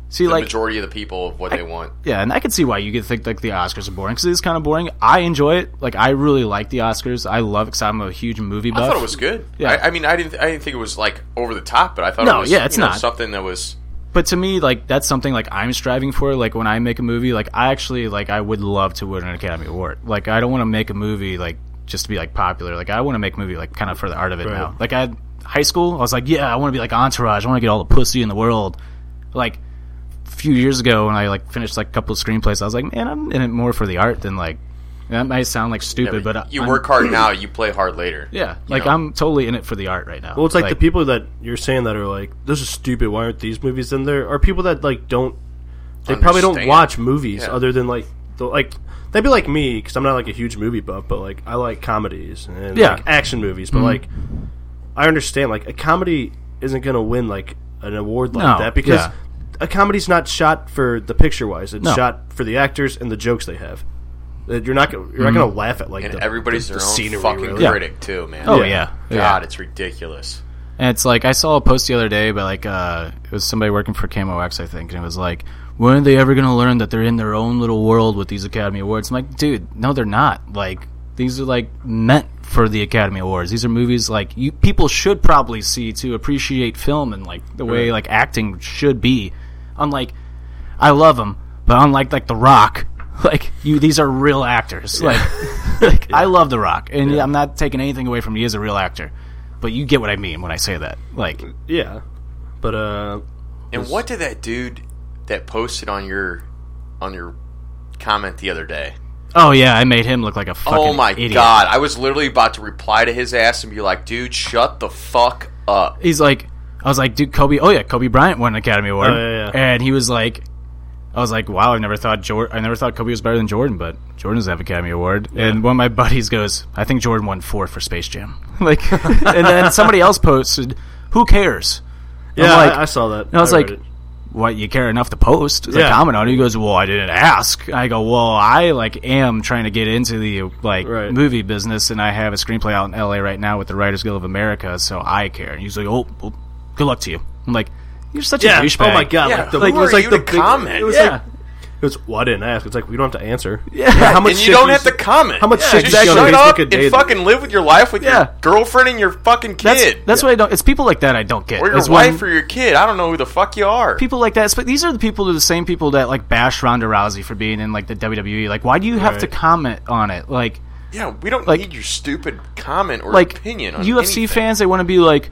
Speaker 7: see like
Speaker 5: majority of the people of what they want.
Speaker 7: yeah and i can see why you could think like the oscars are boring because it is kind of boring i enjoy it like i really like the oscars i love because i'm a huge movie buff
Speaker 5: I thought it was good.
Speaker 7: Yeah.
Speaker 5: I, I mean, I didn't. I didn't think it was like over the top, but I thought
Speaker 7: No,
Speaker 5: it was.
Speaker 7: yeah, it's
Speaker 5: you know,
Speaker 7: not.
Speaker 5: something that was.
Speaker 7: but to me like that's something like i'm striving for like when i make a movie like i actually like i would love to win an academy award like i don't want to make a movie like just to be like popular like i want to make a movie like kind of for the art of it now like i high school i was like yeah i want to be like entourage i want to get all the pussy in the world like few years ago when I like finished like a couple of screenplays, I was like, man, I'm in it more for the art than like. and That might sound like stupid, but I-
Speaker 5: you
Speaker 7: I'm-
Speaker 5: work hard now, you play hard later.
Speaker 7: Yeah, like
Speaker 5: know?
Speaker 7: I'm totally in it for the art right now.
Speaker 2: Well, it's like, the people that you're saying that are like, "This is stupid. Why aren't these movies in there?" Are people that like don't? They probably don't
Speaker 5: Understand.
Speaker 2: watch movies
Speaker 5: Yeah.
Speaker 2: other than like the like. They'd be like me because I'm not like a huge movie buff, but like I like comedies and
Speaker 7: Yeah.
Speaker 2: like, action movies.
Speaker 5: Mm-hmm.
Speaker 2: But like, I understand like a comedy isn't gonna win like an award like
Speaker 7: No,
Speaker 2: that because
Speaker 7: yeah.
Speaker 2: a comedy's not shot for the picture wise. It's
Speaker 7: No.
Speaker 2: shot for the actors and the jokes they have. Uh, You're not gonna, you're not gonna laugh at like
Speaker 5: Mm-hmm. And
Speaker 2: the,
Speaker 5: everybody's
Speaker 2: the,
Speaker 5: their
Speaker 2: the
Speaker 5: own
Speaker 2: scenery,
Speaker 5: fucking
Speaker 2: really.
Speaker 5: critic too, man.
Speaker 7: oh
Speaker 2: yeah.
Speaker 7: yeah,
Speaker 5: God,
Speaker 7: yeah.
Speaker 5: it's ridiculous.
Speaker 7: And it's like I saw a post the other day, but like uh, it was somebody working for Camo X, I think, and it was like, when are they ever going to learn that they're in their own little world with these Academy Awards? I'm like, dude, no, they're not. Like these are like meant for the Academy Awards. These are movies like you people should probably see to appreciate film and like the way like acting should be. Unlike, I love them, but unlike like The Rock. (laughs) Like you, these are real actors. Like, (laughs) like I love The Rock, and I'm not taking anything away from him. He is a real actor, but you get what I mean when I say that. Like,
Speaker 2: Yeah, but uh,
Speaker 5: And what did that dude that posted on your on your comment the other day?
Speaker 7: oh yeah, I made him look like a fucking
Speaker 5: Oh my
Speaker 7: idiot.
Speaker 5: god, I was literally about to reply to his ass and be like, "Dude, shut the fuck up."
Speaker 7: He's like, I was like, dude, Kobe. Oh yeah, Kobe Bryant won an Academy Award,
Speaker 2: Oh, yeah, yeah.
Speaker 7: and he was like, I was like, wow, I never thought Jordan. I never thought Kobe was better than Jordan, but Jordan doesn't have an Academy Award. And one of my buddies goes, I think Jordan won four for Space Jam. (laughs)
Speaker 5: (laughs)
Speaker 7: Like, and then somebody else posted, who cares?
Speaker 2: yeah,
Speaker 7: like-
Speaker 2: I, I saw that.
Speaker 7: And I was
Speaker 2: read
Speaker 7: like,
Speaker 2: it.
Speaker 7: what you care enough to post the
Speaker 2: Yeah.
Speaker 7: comment on it. He goes, well, I didn't ask. I go, well, I like am trying to get into the like
Speaker 2: Right.
Speaker 7: movie business, and I have a screenplay out in L.A. right now with the Writers Guild of America, so I care. And he's like, oh, well, good luck to you. I'm like, you're such
Speaker 2: yeah.
Speaker 7: a douchebag.
Speaker 2: Oh my god!
Speaker 5: Yeah,
Speaker 2: like the,
Speaker 5: who
Speaker 2: it was
Speaker 5: are
Speaker 2: like
Speaker 5: you
Speaker 2: the
Speaker 5: to
Speaker 2: big-
Speaker 5: comment?
Speaker 2: It was
Speaker 7: Yeah.
Speaker 2: like it was. Well, I didn't ask. It's like we don't have to answer. Yeah.
Speaker 7: yeah.
Speaker 2: How much?
Speaker 5: And
Speaker 2: shit
Speaker 5: you don't
Speaker 2: do
Speaker 5: have to comment.
Speaker 2: How much
Speaker 5: yeah,
Speaker 2: shit
Speaker 5: just
Speaker 2: do you see on
Speaker 5: shut
Speaker 2: Facebook
Speaker 5: up
Speaker 2: a
Speaker 5: and
Speaker 2: day, though?
Speaker 5: fucking live with your life with
Speaker 7: Yeah.
Speaker 5: your girlfriend and your fucking
Speaker 7: That's,
Speaker 5: kid.
Speaker 7: that's what I don't. It's people like that I don't get.
Speaker 5: or your
Speaker 7: It's when-
Speaker 5: wife or your kid. I don't know who the fuck you are.
Speaker 7: people like that. But these are the people, that are the same people that like bash Ronda Rousey for being in like the WWE. Like, why do you have to comment on it? Like,
Speaker 5: yeah, we don't
Speaker 7: like-
Speaker 5: need your stupid comment or
Speaker 7: like
Speaker 5: opinion on
Speaker 7: UFC
Speaker 5: anything.
Speaker 7: fans, they want to be like,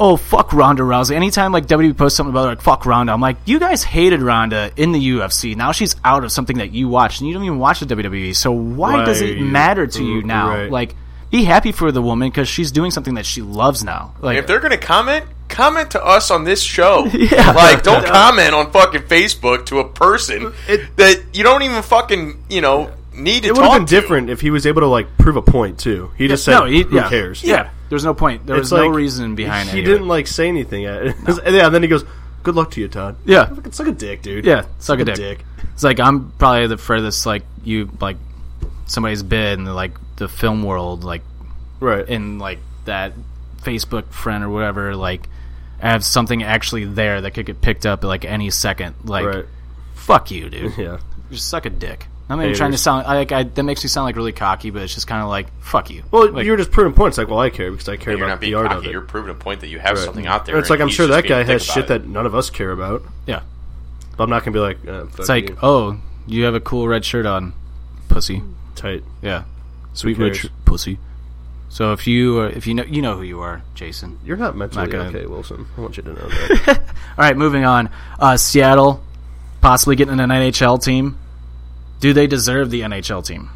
Speaker 7: "Oh fuck Ronda Rousey." Anytime like WWE posts something about her, like "fuck Ronda," I'm like, "You guys hated Ronda in the UFC. Now she's out of something that you watched, and you don't even watch the WWE. So why does it
Speaker 2: Right.
Speaker 7: matter to you
Speaker 2: Mm,
Speaker 7: now?
Speaker 2: right.
Speaker 7: Like, be happy for the woman because she's doing something that she loves now. Like,
Speaker 5: If they're gonna comment, comment to us on
Speaker 2: (laughs)
Speaker 5: this show. Like, don't comment on fucking Facebook to a person
Speaker 2: It-
Speaker 5: that you don't even fucking you know need to
Speaker 2: It would
Speaker 5: talk
Speaker 2: have been
Speaker 5: to.
Speaker 2: different if he was able to like prove a point too. He just said,
Speaker 7: no, he-
Speaker 2: "Who
Speaker 7: yeah.
Speaker 2: cares?"
Speaker 7: Yeah. there's no point. There
Speaker 2: It's
Speaker 7: was no
Speaker 2: like,
Speaker 7: reason behind it.
Speaker 2: He didn't like say anything. At it. yeah, and then he goes, "Good luck to you, Todd."
Speaker 7: Yeah,
Speaker 2: Fucking suck a dick, dude.
Speaker 7: Yeah, suck a dick.
Speaker 2: dick.
Speaker 7: It's like I'm probably the furthest like you like somebody's been in the, like the film world like
Speaker 2: Right.
Speaker 7: in like that Facebook friend or whatever like have something actually there that could get picked up like any second like
Speaker 2: right.
Speaker 7: fuck you dude
Speaker 2: (laughs) Yeah.
Speaker 7: just suck a dick I'm not even
Speaker 2: Haters.
Speaker 7: trying to sound I, like I, that makes me sound like really cocky but it's just kind of like fuck you
Speaker 2: Well,
Speaker 7: Like,
Speaker 2: you're just proving points. Like, well, I care because I care
Speaker 5: You're
Speaker 2: about
Speaker 5: not
Speaker 2: the
Speaker 5: being
Speaker 2: art of
Speaker 5: cocky.
Speaker 2: it.
Speaker 5: You're proving a point that you have
Speaker 2: Right.
Speaker 5: something out there.
Speaker 2: It's like
Speaker 5: and
Speaker 2: I'm
Speaker 5: he's
Speaker 2: sure
Speaker 5: just
Speaker 2: that
Speaker 5: being
Speaker 2: guy
Speaker 5: a dick
Speaker 2: has
Speaker 5: about
Speaker 2: shit
Speaker 5: it.
Speaker 2: that none of us care about.
Speaker 7: yeah
Speaker 2: But I'm not gonna be like, uh, fuck
Speaker 7: it's like
Speaker 2: you,
Speaker 7: oh you have a cool red shirt on pussy
Speaker 2: tight.
Speaker 7: yeah sweet
Speaker 2: Who
Speaker 7: red
Speaker 2: cares?
Speaker 7: shirt pussy so if you uh, if you know you know who you are Jason
Speaker 2: You're not mentally
Speaker 7: gonna-
Speaker 2: okay, Wilson. I want you to (laughs) know that.
Speaker 7: All right, moving on. Uh, Seattle possibly getting an NHL team. Do they deserve the NHL team?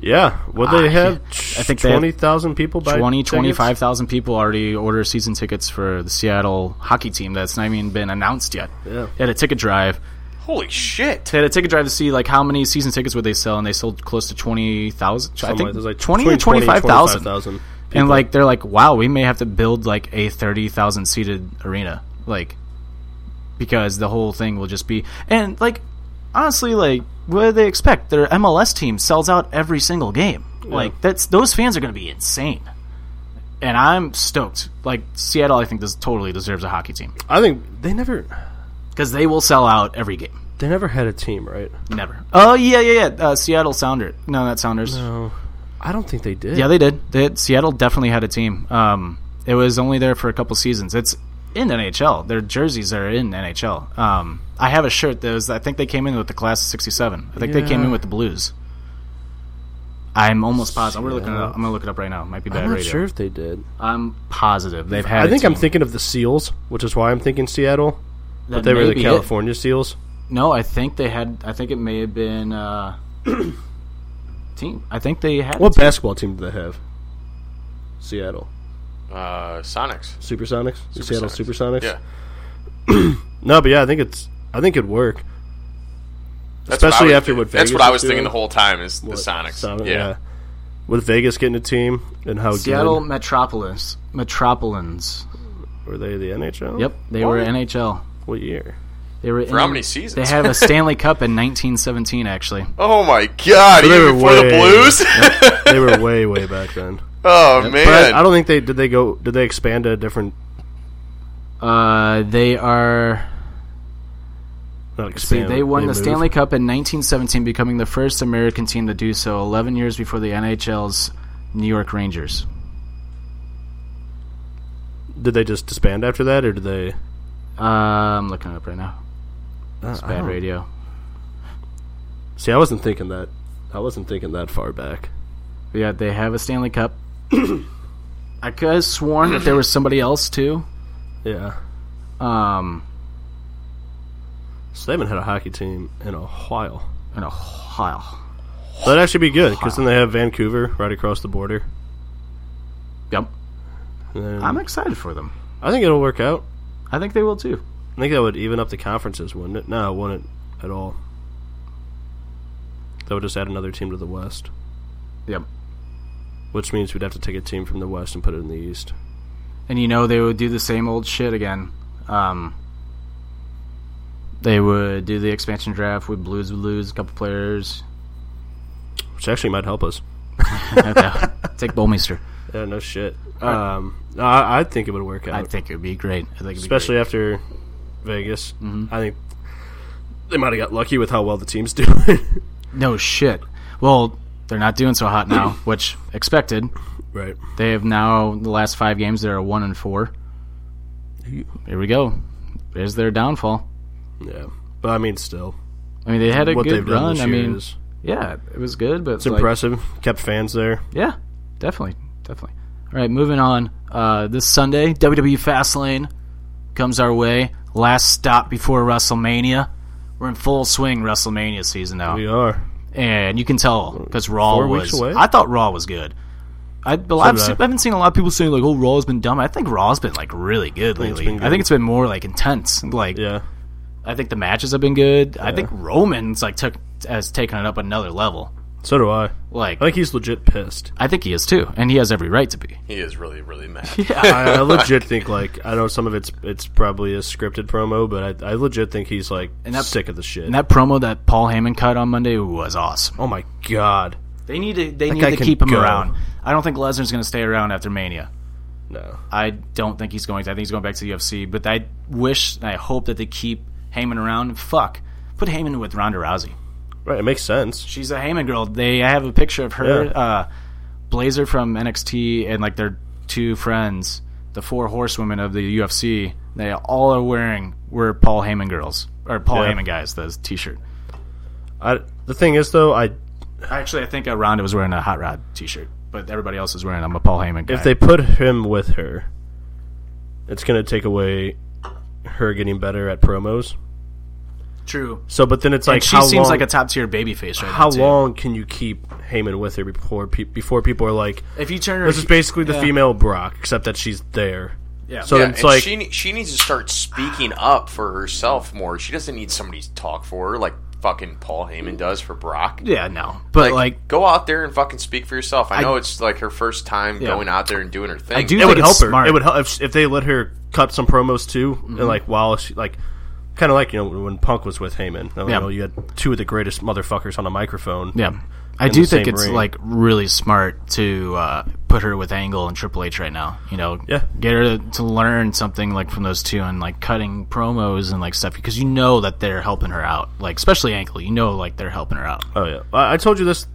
Speaker 2: yeah, what they
Speaker 7: I-
Speaker 2: have?
Speaker 7: I think they have
Speaker 2: twenty thousand people by
Speaker 7: 20, 25,000 people already order season tickets for the Seattle hockey team that's not even been announced yet.
Speaker 2: Yeah.
Speaker 7: They had a ticket drive.
Speaker 5: Holy shit!
Speaker 7: They had a ticket drive to see like how many season tickets would they sell, and they sold close to twenty thousand. I think
Speaker 2: like
Speaker 7: twenty to twenty five thousand.
Speaker 2: 25,000
Speaker 7: And
Speaker 2: people.
Speaker 7: like they're like, wow, we may have to build like a thirty thousand seated arena, like because the whole thing will just be and like honestly, like what do they expect? Their MLS team sells out every single game. Like that's those fans are going to be insane. And I'm stoked. Like Seattle, I think this totally deserves a hockey team
Speaker 2: I think they never
Speaker 7: because they will sell out every game.
Speaker 2: they never had a team, right?
Speaker 7: Never. Oh yeah, yeah, yeah. Uh, Seattle Sounders. No, not Sounders.
Speaker 2: No, I don't think they did.
Speaker 7: Yeah, they did. They had, Seattle definitely had a team. Um, it was only there for a couple seasons. It's in NHL. Their jerseys are in NHL. Um, I have a shirt that was. I think they came in with the class of '67. I think they came
Speaker 2: Yeah.
Speaker 7: in with the Blues. I'm almost positive. We're looking. It up. I'm gonna look it up right now. It might be bad
Speaker 2: I'm not
Speaker 7: radio.
Speaker 2: sure if they did.
Speaker 7: I'm positive they've had.
Speaker 2: I think
Speaker 7: i
Speaker 2: I'm thinking of the Seals, which is why I'm thinking Seattle. But they were the
Speaker 7: maybe it-
Speaker 2: California Seals.
Speaker 7: No, I think they had. I think it may have
Speaker 2: (clears throat)
Speaker 7: been uh, team. I think they had.
Speaker 2: What basketball team did they have? Seattle
Speaker 5: Uh, Sonics.
Speaker 2: Supersonics. Seattle Supersonics.
Speaker 5: Yeah.
Speaker 2: (clears throat) No, but yeah, I think it's. I think it'd work.
Speaker 5: That's what I
Speaker 2: Especially
Speaker 5: was-
Speaker 2: after what
Speaker 5: That's
Speaker 2: Vegas
Speaker 5: what I
Speaker 2: is
Speaker 5: was thinking
Speaker 2: doing.
Speaker 5: the whole time is the
Speaker 2: What,
Speaker 5: Sonics.
Speaker 2: Sonic-
Speaker 5: yeah.
Speaker 2: With Vegas getting a team and how
Speaker 7: Seattle
Speaker 2: good
Speaker 7: Metropolis. Metropolitans.
Speaker 2: were they the NHL?
Speaker 7: Yep, they were NHL.
Speaker 2: What year?
Speaker 7: They were
Speaker 5: For how many seasons?
Speaker 7: They have a Stanley Cup in 1917. Actually,
Speaker 5: Oh my god!
Speaker 2: They
Speaker 5: Even
Speaker 2: were
Speaker 5: before the
Speaker 2: way- (laughs)
Speaker 5: Blues.
Speaker 2: They were way way back then.
Speaker 5: oh man!
Speaker 2: But I, I don't think they did. They go. Did they expand to a different?
Speaker 7: uh, they are.
Speaker 2: Not
Speaker 7: See,
Speaker 2: expand.
Speaker 7: they won the
Speaker 2: moved.
Speaker 7: Stanley Cup in 1917, becoming the first American team to do so 11 years before the NHL's New York Rangers.
Speaker 2: Did they just disband after that, or did they?
Speaker 7: Uh, I'm looking it up right now.
Speaker 2: That's
Speaker 7: It's bad radio.
Speaker 2: See, I wasn't thinking that. I wasn't thinking that far back.
Speaker 7: But yeah, they have a Stanley Cup. I could have sworn that there was somebody else too.
Speaker 2: Yeah.
Speaker 7: Um,
Speaker 2: So they haven't had a hockey team in a while.
Speaker 7: in a while.
Speaker 2: That'd actually be good because then they have Vancouver right across the border.
Speaker 7: Yep.
Speaker 2: And then-
Speaker 7: I'm excited for them.
Speaker 2: I think it'll work out.
Speaker 7: I think they will too.
Speaker 2: I think that would even up the conferences, wouldn't it? No, it wouldn't at all. That would just add another team to the West,
Speaker 7: Yep.
Speaker 2: which means we'd have to take a team from the West and put it in the East.
Speaker 7: and you know they would do the same old shit again. Um, they would do the expansion draft. with Blues would lose a couple players.
Speaker 2: which actually might help us. (laughs)
Speaker 7: Take Bullmeister.
Speaker 2: Yeah, no shit. Um, no, I, I think it would work out,
Speaker 7: I think it would be great. I think it'd be
Speaker 2: especially
Speaker 7: great. Mm-hmm.
Speaker 2: after Vegas. I think they might have got lucky with how well the team's (laughs) doing.
Speaker 7: no shit. Well, they're not doing so
Speaker 2: (coughs)
Speaker 7: hot now, which expected.
Speaker 2: right.
Speaker 7: They have now the last five games. They're a one and four. Here we go. There's their downfall.
Speaker 2: Yeah, but I mean, still,
Speaker 7: I mean, they had a
Speaker 2: what they've
Speaker 7: good
Speaker 2: done
Speaker 7: run.
Speaker 2: this
Speaker 7: I
Speaker 2: year
Speaker 7: mean,
Speaker 2: is
Speaker 7: yeah, it was good, but
Speaker 2: it's impressive. Kept fans there.
Speaker 7: Yeah, definitely, definitely. All right, moving on. Uh, this Sunday, WWE Fastlane comes our way. Last stop before WrestleMania. We're in full swing WrestleMania season now,
Speaker 2: We are.
Speaker 7: and you can tell because Raw
Speaker 2: Four
Speaker 7: was.
Speaker 2: weeks away?
Speaker 7: I thought Raw was good. I, but I've,
Speaker 2: did I.
Speaker 7: se- I haven't seen a lot of people saying like, "Oh, Raw's been dumb." I think Raw's been like really good
Speaker 2: Oh, it's
Speaker 7: lately.
Speaker 2: been good.
Speaker 7: I think it's been more like intense. Like,
Speaker 2: Yeah,
Speaker 7: I think the matches have been good. I think Roman's like took has taken it up another level.
Speaker 2: so do I.
Speaker 7: Like,
Speaker 2: I think he's legit pissed.
Speaker 7: I think he is too, and he has every right to be.
Speaker 5: he is really, really mad. (laughs)
Speaker 2: I, I legit think like I know some of it's it's probably a scripted promo, but I, I legit think he's like
Speaker 7: that's-
Speaker 2: sick of the shit.
Speaker 7: And that promo that Paul Heyman cut on Monday was awesome.
Speaker 2: oh my god,
Speaker 7: They need to they
Speaker 2: guy
Speaker 7: need to
Speaker 2: can
Speaker 7: keep him
Speaker 2: go.
Speaker 7: around. I don't think Lesnar's going to stay around after Mania.
Speaker 2: no.
Speaker 7: I don't think he's going to. I think he's going back to the UFC. But I wish and I hope that they keep Heyman around. Fuck, put Heyman with Ronda Rousey.
Speaker 2: Right, it makes sense.
Speaker 7: She's a Heyman girl. They I have a picture of her,
Speaker 2: Yeah.
Speaker 7: uh, Blazer from NXT, and like their two friends, the four horsewomen of the UFC. They all are wearing were Paul Heyman girls or Paul
Speaker 2: Yeah.
Speaker 7: Heyman guys. The T-shirt.
Speaker 2: I, the thing is though, I
Speaker 7: Actually, I think uh, Ronda was wearing a Hot Rod T-shirt, but everybody else is wearing. I'm a Paul Heyman guy.
Speaker 2: if they put him with her, it's going to take away her getting better at promos.
Speaker 7: True.
Speaker 2: So, but then it's like
Speaker 7: Like she
Speaker 2: how
Speaker 7: seems
Speaker 2: long,
Speaker 7: like a top tier baby face right
Speaker 2: how
Speaker 7: now. too.
Speaker 2: long can you keep Heyman with her before pe- before people are like
Speaker 7: If you turn her,
Speaker 2: this is basically the
Speaker 7: Yeah.
Speaker 2: female Brock, except that she's there.
Speaker 7: Yeah.
Speaker 2: So
Speaker 5: yeah,
Speaker 2: then
Speaker 5: and
Speaker 2: it's like
Speaker 5: she ne- she needs to start speaking up for herself more. She doesn't need somebody to talk for her like fucking Paul Heyman does for Brock.
Speaker 7: yeah, no, but like,
Speaker 5: go out there and fucking speak for yourself. I,
Speaker 7: I-
Speaker 5: know it's like her first time
Speaker 7: Yeah.
Speaker 5: going out there and doing her thing.
Speaker 7: do
Speaker 2: it
Speaker 7: think
Speaker 2: would
Speaker 7: it's
Speaker 2: help her.
Speaker 7: smart. Mm-hmm.
Speaker 2: It would help if, if they let her cut some promos too, and like while she like kind of like you know when Punk was with Heyman. I mean,
Speaker 7: Yeah.
Speaker 2: you know, you had two of the greatest motherfuckers on a microphone.
Speaker 7: yeah, I
Speaker 2: in
Speaker 7: do
Speaker 2: the
Speaker 7: think
Speaker 2: same
Speaker 7: it's
Speaker 2: ring.
Speaker 7: like really smart to uh, put her with Angle and Triple H right now. You know,
Speaker 2: Yeah.
Speaker 7: get her to learn something like from those two and like cutting promos and like stuff because you know that they're helping her out. Like especially Angle, you know, like they're helping her out.
Speaker 2: Oh yeah, I, I told you this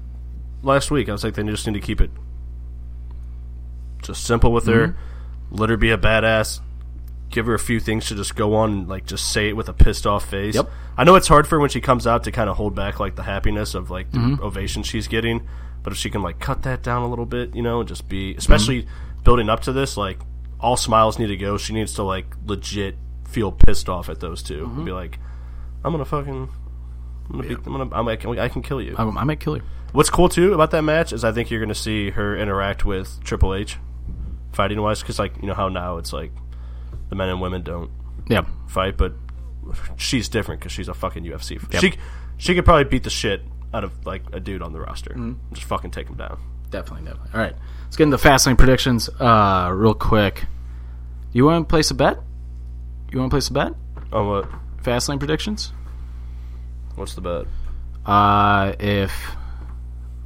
Speaker 2: last week. I was like, they just need to keep it just simple with her. Let her be a badass. Give her a few things to just go on and like just say it with a pissed off face.
Speaker 7: Yep.
Speaker 2: I know it's hard for her when she comes out to kind of hold back like the happiness of like the ovation she's getting, but if she can like cut that down a little bit, you know, and just be especially building up to this, like all smiles need to go. She needs to like legit feel pissed off at those 2 and be like, I'm gonna fucking, I'm gonna, beat, I'm gonna, I'm, I can, I can kill you.
Speaker 7: I, I might kill you.
Speaker 2: What's cool too about that match is I think you're gonna see her interact with Triple H, fighting wise, because like you know how now it's like the men and women don't
Speaker 7: Yeah.
Speaker 2: fight, but she's different because she's a fucking UFC. f- She she could probably beat the shit out of like a dude on the roster,
Speaker 7: Mm-hmm.
Speaker 2: just fucking take him down.
Speaker 7: Definitely, definitely. All right, let's get into fast lane predictions uh, real quick. You want to place a bet? You want to place a bet?
Speaker 2: On Oh, what?
Speaker 7: Fast lane predictions.
Speaker 2: What's the bet?
Speaker 7: Uh, if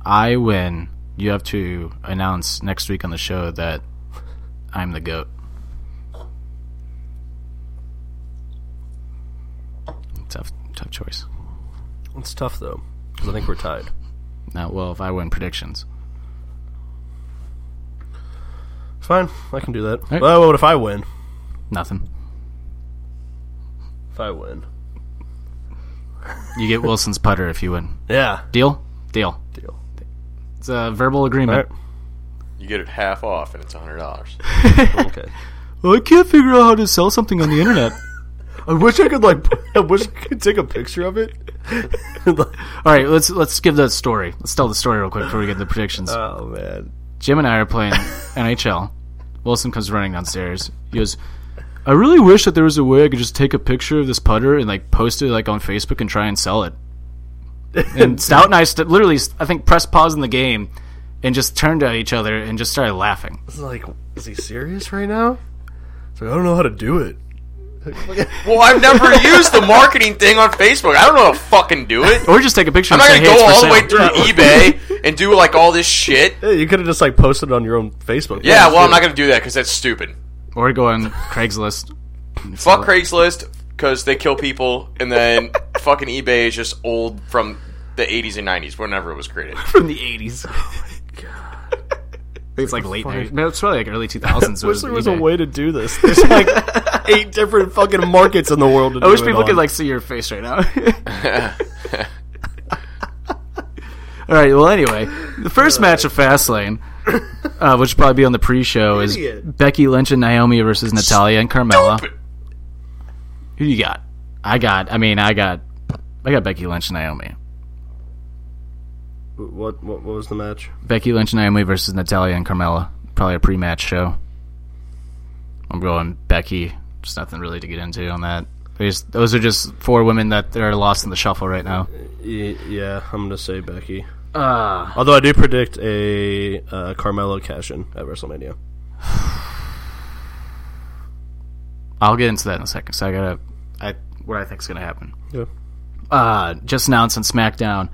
Speaker 7: I win, you have to announce next week on the show that I'm the goat. Tough, tough choice.
Speaker 2: It's tough though, because I think we're tied.
Speaker 7: Not well if I win predictions.
Speaker 2: Fine, I can do that.
Speaker 7: right.
Speaker 2: Well, what if I win?
Speaker 7: Nothing.
Speaker 2: If I win,
Speaker 7: You get Wilson's putter if you win.
Speaker 2: yeah,
Speaker 7: Deal? Deal.
Speaker 2: deal.
Speaker 7: It's a verbal
Speaker 2: All
Speaker 7: agreement.
Speaker 2: right,
Speaker 5: You get it half off, and it's hundred dollars.
Speaker 2: okay.
Speaker 7: Well, I can't figure out how to sell something on the internet. (laughs)
Speaker 2: I wish I could like. (laughs) I wish I could take a picture of it. (laughs)
Speaker 7: All right, let's let's give the story. Let's tell the story real quick before we get the predictions.
Speaker 5: Uh.
Speaker 2: oh man.
Speaker 7: Jim and I
Speaker 5: (laughs)
Speaker 7: are playing NHL. Wilson comes running downstairs. He goes, "I really wish that there was a way I could just take a picture of this putter and like post it like on Facebook and try and sell it."
Speaker 5: (laughs)
Speaker 7: And Stout and I st- literally, I think, pressed pause in the game and just turned at each other and just started laughing.
Speaker 2: It's like, is he serious right now? It's like I don't know how to do it.
Speaker 5: Well, Oh, I've never used the marketing thing on Facebook. I don't know how to fucking do it.
Speaker 7: Or just take a picture.
Speaker 5: I'm
Speaker 7: and
Speaker 5: not
Speaker 7: say,
Speaker 5: gonna
Speaker 7: "Hey,
Speaker 5: go
Speaker 7: it's
Speaker 5: all
Speaker 7: for
Speaker 5: the way
Speaker 7: sale."
Speaker 5: through
Speaker 7: (laughs)
Speaker 5: eBay and do like all this shit.
Speaker 2: Yeah, you could have just like posted it on your own Facebook.
Speaker 5: Yeah, well, I'm not gonna do that because that's stupid.
Speaker 7: Or go on Craigslist.
Speaker 5: Fuck Craigslist because they kill people, and then fucking eBay is just old from the 80s and 90s, whenever it was created.
Speaker 7: from the eighties. It's like late nineties. No, it's
Speaker 5: (laughs)
Speaker 7: probably like early two thousands.
Speaker 2: I wish there was a way to do this. There's like eight different fucking markets in the world. To
Speaker 7: I wish people could like see your face right now. All right. Well, anyway, the first match of Fastlane, uh, which will probably be on the pre-show, is
Speaker 2: Idiot.
Speaker 7: Becky Lynch and Naomi versus Natalia and Carmella. Who you got? I got. I mean, I got. I got Becky Lynch and Naomi.
Speaker 2: What, what what was the match?
Speaker 7: Becky Lynch and Naomi versus Natalia and Carmella. Probably a pre-match show. I'm going Becky. Just nothing really to get into on that. They just- those are just four women that are lost in the shuffle right now.
Speaker 2: Y- yeah, I'm gonna say Becky. Although I do predict a uh, Carmelo cash in at WrestleMania.
Speaker 7: I'll get into that in a second. So I gotta, I what I think's gonna happen.
Speaker 2: Yeah.
Speaker 7: Uh, just announced on SmackDown,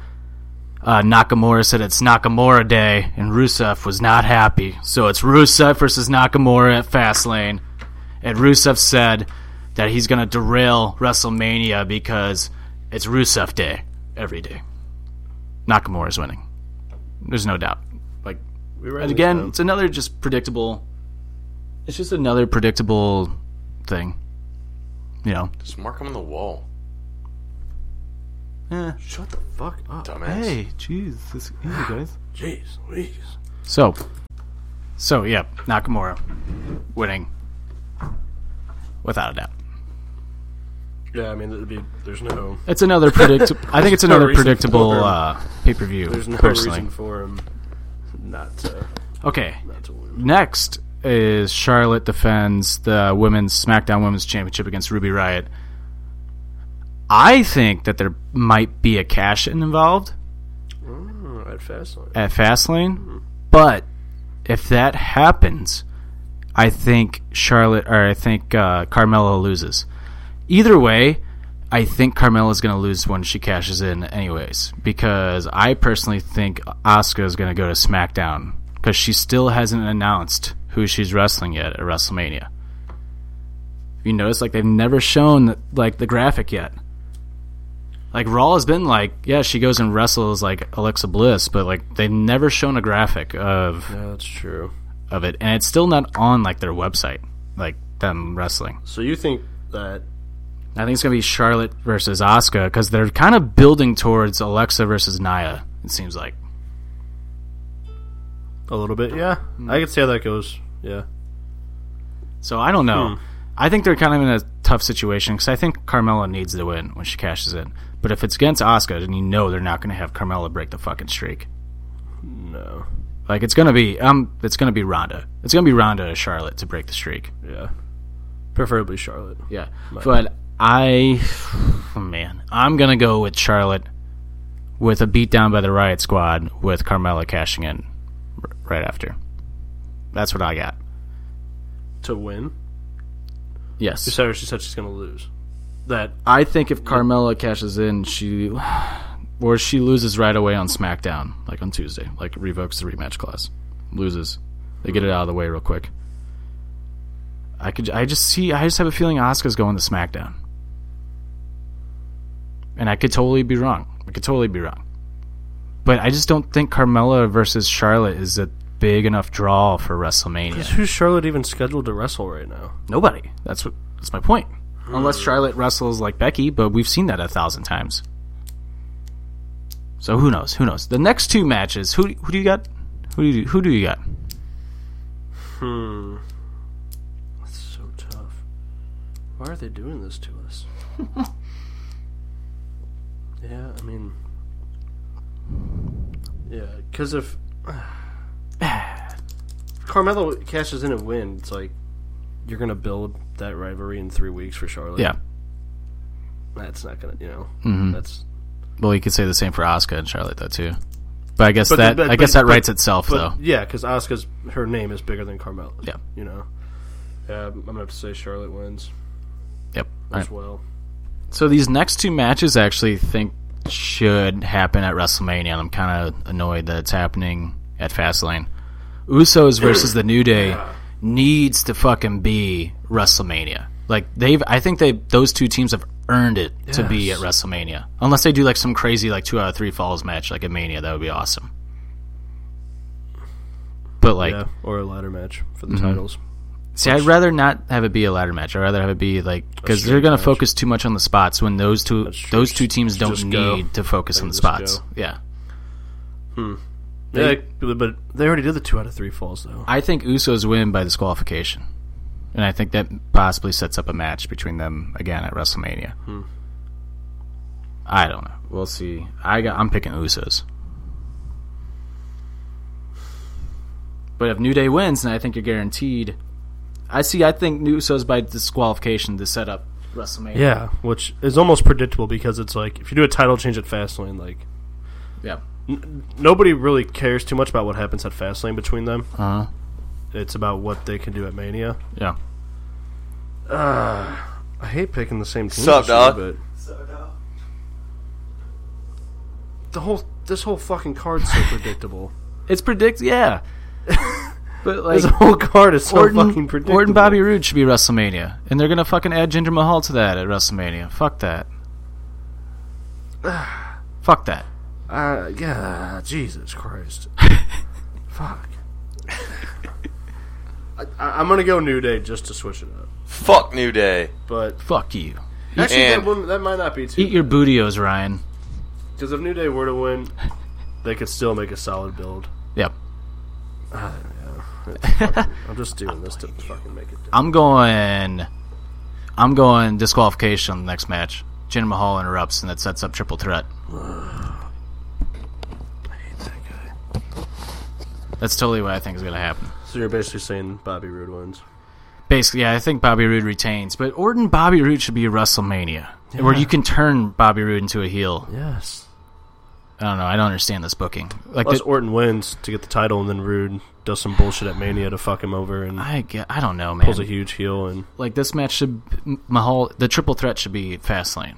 Speaker 7: uh, Nakamura said it's Nakamura Day, and Rusev was not happy. So it's Rusev versus Nakamura at Fastlane, and Rusev said that he's gonna derail WrestleMania because it's Rusev Day every day. Nakamura's winning. There's no doubt. Like
Speaker 2: We were
Speaker 7: and again, it's another just predictable. It's just another predictable thing. You know,
Speaker 5: Just mark them on the wall.
Speaker 2: shut the fuck up.
Speaker 5: Dumbass.
Speaker 7: jeez, this easy, guys.
Speaker 2: Jeez, Louise.
Speaker 7: So, so yeah, Nakamura winning without a doubt.
Speaker 2: Yeah, I mean, it'd be, there's no (laughs)
Speaker 7: It's another predict. I think it's
Speaker 2: no
Speaker 7: another
Speaker 2: reason
Speaker 7: predictable
Speaker 2: for him.
Speaker 7: uh, pay per view.
Speaker 2: there's no
Speaker 7: personally,
Speaker 2: reason for him not to
Speaker 7: okay.
Speaker 2: not to win.
Speaker 7: Next is Charlotte defends the women's SmackDown Women's Championship against Ruby Riot. I think that there might be a cash in involved
Speaker 2: All right, Fastlane.
Speaker 7: at Fastlane, but if that happens, I think Charlotte or I think uh, Carmella loses. Either way, I think Carmella's going to lose when she cashes in, anyways, because I personally think Asuka is going to go to SmackDown because she still hasn't announced who she's wrestling yet at WrestleMania. You notice, like they've never shown like the graphic yet. Like Raw has been like, yeah, she goes and wrestles like Alexa Bliss, but like they've never shown a graphic of
Speaker 2: Yeah, that's true.
Speaker 7: of it, and it's still not on like their website, like them wrestling.
Speaker 2: So you think that
Speaker 7: I think it's gonna be Charlotte versus Asuka because they're kind of building towards Alexa versus Nia. It seems like
Speaker 2: a little bit? Yeah, I can see how that goes. Yeah,
Speaker 7: Hmm. so. I don't know. I think they're kind of in a tough situation because I think Carmella needs the win when she cashes in. But if it's against Oscar, then you know they're not going to have Carmella break the fucking streak.
Speaker 2: No.
Speaker 7: Like it's gonna be um, it's gonna be Ronda. It's gonna be Ronda or Charlotte to break the streak.
Speaker 2: Yeah. Preferably Charlotte.
Speaker 7: Yeah, but I, (sighs) man, I'm gonna go with Charlotte with a beatdown by the Riot Squad with Carmella cashing in r- right after. That's what I got.
Speaker 2: To win. She
Speaker 7: Yes,
Speaker 2: said she said she's gonna lose. That
Speaker 7: I think if Carmella cashes in, she or she loses right away on SmackDown, like on Tuesday, like revokes the rematch clause, loses. They get it out of the way real quick. I could, I just see, I just have a feeling Oscar's going to SmackDown, and I could totally be wrong. I could totally be wrong, but I just don't think Carmella versus Charlotte is a big enough draw for WrestleMania.
Speaker 2: who's Charlotte even scheduled to wrestle right now?
Speaker 7: Nobody. That's what. That's my point. Hmm. Unless Charlotte wrestles like Becky, but we've seen that a thousand times. So who knows? Who knows? The next two matches. Who who do you got? Who do you who do you got?
Speaker 2: That's so tough. Why are they doing this to
Speaker 7: (laughs)
Speaker 2: us? yeah, I mean, yeah, because if (sighs) Carmelo cashes in a win, it's like you're gonna build that rivalry in three weeks for Charlotte.
Speaker 7: Yeah. Mm-hmm.
Speaker 2: that's not gonna, you know, that's
Speaker 7: Well, you could say the same for Oscar and Charlotte though too. But I guess
Speaker 2: But-
Speaker 7: that
Speaker 2: but-
Speaker 7: I guess
Speaker 2: but-
Speaker 7: that writes
Speaker 2: but-
Speaker 7: itself
Speaker 2: but
Speaker 7: though.
Speaker 2: yeah, because Asuka's her name is bigger than Carmelo.
Speaker 7: Yeah.
Speaker 2: you know, yeah, I'm gonna have to say Charlotte wins
Speaker 7: Yep. All
Speaker 2: as
Speaker 7: right.
Speaker 2: well.
Speaker 7: So these next two matches I actually think should happen at WrestleMania. and I'm kind of annoyed that it's happening at Fastlane.
Speaker 2: (clears throat)
Speaker 7: Usos versus the New Day needs to fucking be WrestleMania. Like they've, I think they those two teams have earned it to be at
Speaker 2: Yes.
Speaker 7: WrestleMania. Unless they do like some crazy like two out of three falls match like at Mania, that would be awesome. But like,
Speaker 2: yeah, or a ladder match for
Speaker 7: Mm-hmm.
Speaker 2: the titles.
Speaker 7: See, I'd rather not have it be a ladder match. I'd rather have it be like because they're going to focus too much on the spots when those two
Speaker 2: true.
Speaker 7: those two teams don't
Speaker 2: Just
Speaker 7: need
Speaker 2: go.
Speaker 7: to focus on the
Speaker 2: just
Speaker 7: spots.
Speaker 2: go.
Speaker 7: Yeah,
Speaker 2: Yeah, but but they already did the two out of three falls though.
Speaker 7: I think Usos win by disqualification, and I think that possibly sets up a match between them again at WrestleMania.
Speaker 2: Hmm.
Speaker 7: I don't know. We'll see. I got. I'm picking Usos. But if New Day wins, then I think you're guaranteed. I see. I think Usos by disqualification to set up WrestleMania.
Speaker 2: Yeah, which is almost predictable because it's like if you do a title change at Fastlane, like
Speaker 7: Yeah.
Speaker 2: nobody really cares too much about what happens at Fastlane between them.
Speaker 7: Uh-huh.
Speaker 2: It's about what they can do at Mania.
Speaker 7: Yeah.
Speaker 2: I hate picking the same team,
Speaker 5: Sup, dog?
Speaker 2: but the whole this whole fucking card's so predictable.
Speaker 7: It's predict yeah. but like
Speaker 2: this whole card is so
Speaker 7: Orton,
Speaker 2: fucking predictable.
Speaker 7: Orton Bobby Roode should be WrestleMania. And they're gonna fucking add Ginger Mahal to that at WrestleMania. Fuck that. (sighs) Fuck that.
Speaker 2: Uh, yeah, Jesus Christ. (laughs) Fuck. I, I, I'm gonna go New Day just to switch it up,
Speaker 5: Fuck New Day.
Speaker 2: but
Speaker 7: Fuck you.
Speaker 2: actually that,
Speaker 5: And-
Speaker 2: wouldn't- that might not be too.
Speaker 7: Eat your bootios, Ryan.
Speaker 2: Because if New Day were to win, they could still make a solid build.
Speaker 7: Yep.
Speaker 2: I'm just doing this to fucking make it.
Speaker 7: I'm going I'm going disqualification on the next match. Jinder Mahal interrupts and that sets up
Speaker 2: (sighs)
Speaker 7: triple threat. That's totally what I think is gonna happen.
Speaker 2: So you're basically saying Bobby Roode wins.
Speaker 7: Basically, yeah, I think Bobby Roode retains, but Orton Bobby Roode should be a WrestleMania where you can turn Bobby Roode into a heel.
Speaker 2: Yes.
Speaker 7: I don't know. I don't understand this booking. Like,
Speaker 2: Plus
Speaker 7: the-
Speaker 2: Orton wins to get the title, and then Roode does some bullshit at Mania to fuck him over and
Speaker 7: I get, I don't know,
Speaker 2: pulls a
Speaker 7: man.
Speaker 2: huge heel. And
Speaker 7: Like this match should M- Mahal the triple threat should be Fastlane,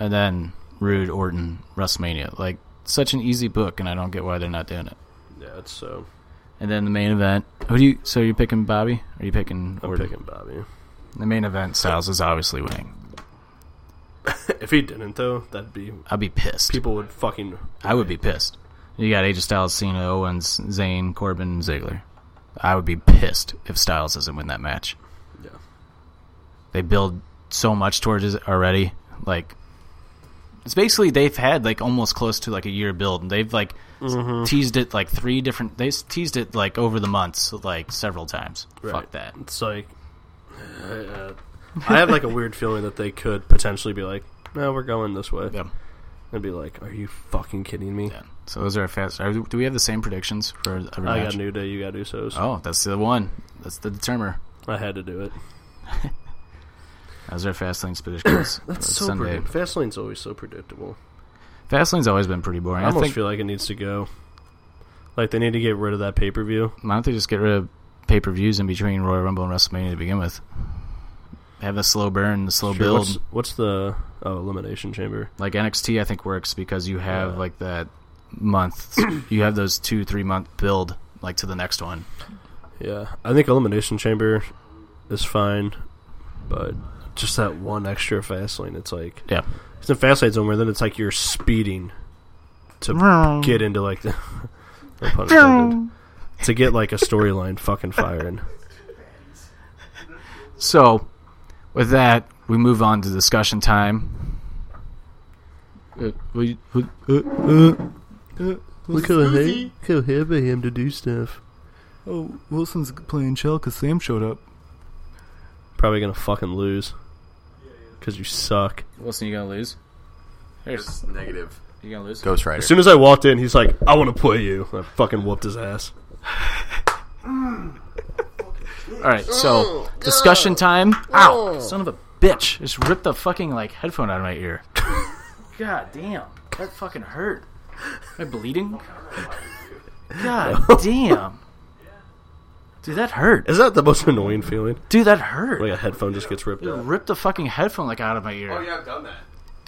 Speaker 7: and then Roode Orton WrestleMania. Like such an easy book, and I don't get why they're not doing it.
Speaker 2: yeah, it's uh, so
Speaker 7: And then the main event. Who do you? So you're picking Bobby? Or are you picking
Speaker 2: I'm
Speaker 7: Orton?
Speaker 2: picking Bobby.
Speaker 7: The main event. Styles is obviously winning.
Speaker 2: If he didn't though, that'd be
Speaker 7: I'd be pissed.
Speaker 2: people would fucking.
Speaker 7: I would be pissed. You got AJ Styles, Cena, Owens, Zayn, Corbin, and Ziggler. I would be pissed if Styles doesn't win that match.
Speaker 2: Yeah.
Speaker 7: They build so much towards it already. Like it's basically they've had like almost close to like a year build, and they've like
Speaker 2: Mm-hmm.
Speaker 7: teased it like three different. They s- teased it like over the months, like several times.
Speaker 2: Right.
Speaker 7: Fuck that.
Speaker 2: It's like uh, I have like a weird feeling that they could potentially be like, "No, we're going this way,"
Speaker 7: Yeah.
Speaker 2: and be like, "Are you fucking kidding me?"
Speaker 7: So those are our fast. Are, do we have the same predictions for every
Speaker 2: I
Speaker 7: match?
Speaker 2: got New Day, you got Usos.
Speaker 7: oh, that's the one. That's the determiner.
Speaker 2: I had to do it.
Speaker 7: Those are Fastlane's predictions.
Speaker 2: (coughs) That's
Speaker 7: for
Speaker 2: so
Speaker 7: Sunday.
Speaker 2: predictable. Fastlane's always so predictable.
Speaker 7: Fastlane's always been
Speaker 2: I,
Speaker 7: pretty boring. I,
Speaker 2: almost
Speaker 7: think.
Speaker 2: feel like it needs to go. Like they need to get rid of that pay per view.
Speaker 7: Why don't they just get rid of pay per views in between Royal Rumble and WrestleMania to begin with? Have a slow burn, the slow build.
Speaker 2: What's, what's the oh, elimination chamber?
Speaker 7: like NXT, I think works because you have
Speaker 2: Yeah.
Speaker 7: like that (coughs) month. you have those two, three month build like to the next one.
Speaker 2: Yeah, I think elimination chamber is fine, but just that one extra fast lane. It's like
Speaker 7: Yeah.
Speaker 2: it's in fast lane somewhere. Then it's like you're speeding to get into like (laughs) the no pun intended, to get like a storyline fucking
Speaker 8: (laughs)
Speaker 2: firing.
Speaker 7: So, with that, we move on to discussion time. Uh, we- we- uh,
Speaker 2: We could have could have him to do stuff.
Speaker 8: Oh, Wilson's playing shell because Sam showed up.
Speaker 2: Probably gonna fucking lose because you suck.
Speaker 7: Wilson, you gonna lose? Here's
Speaker 5: It's negative.
Speaker 7: you gonna lose.
Speaker 5: Ghost Rider.
Speaker 2: As soon as I walked in, he's like, "I want to play you." I fucking whooped his ass.
Speaker 7: All right, so discussion time. Ow, son of a bitch! Just ripped the fucking like headphone out of my ear. (laughs) God damn, that fucking hurt. Am I bleeding? (laughs) God damn, dude, that hurt.
Speaker 2: Is that the most (laughs) annoying feeling?
Speaker 7: Dude, that hurt.
Speaker 2: Like a headphone just gets ripped out.
Speaker 7: Ripped the fucking headphone like out of my ear.
Speaker 5: Oh, yeah, I've done that.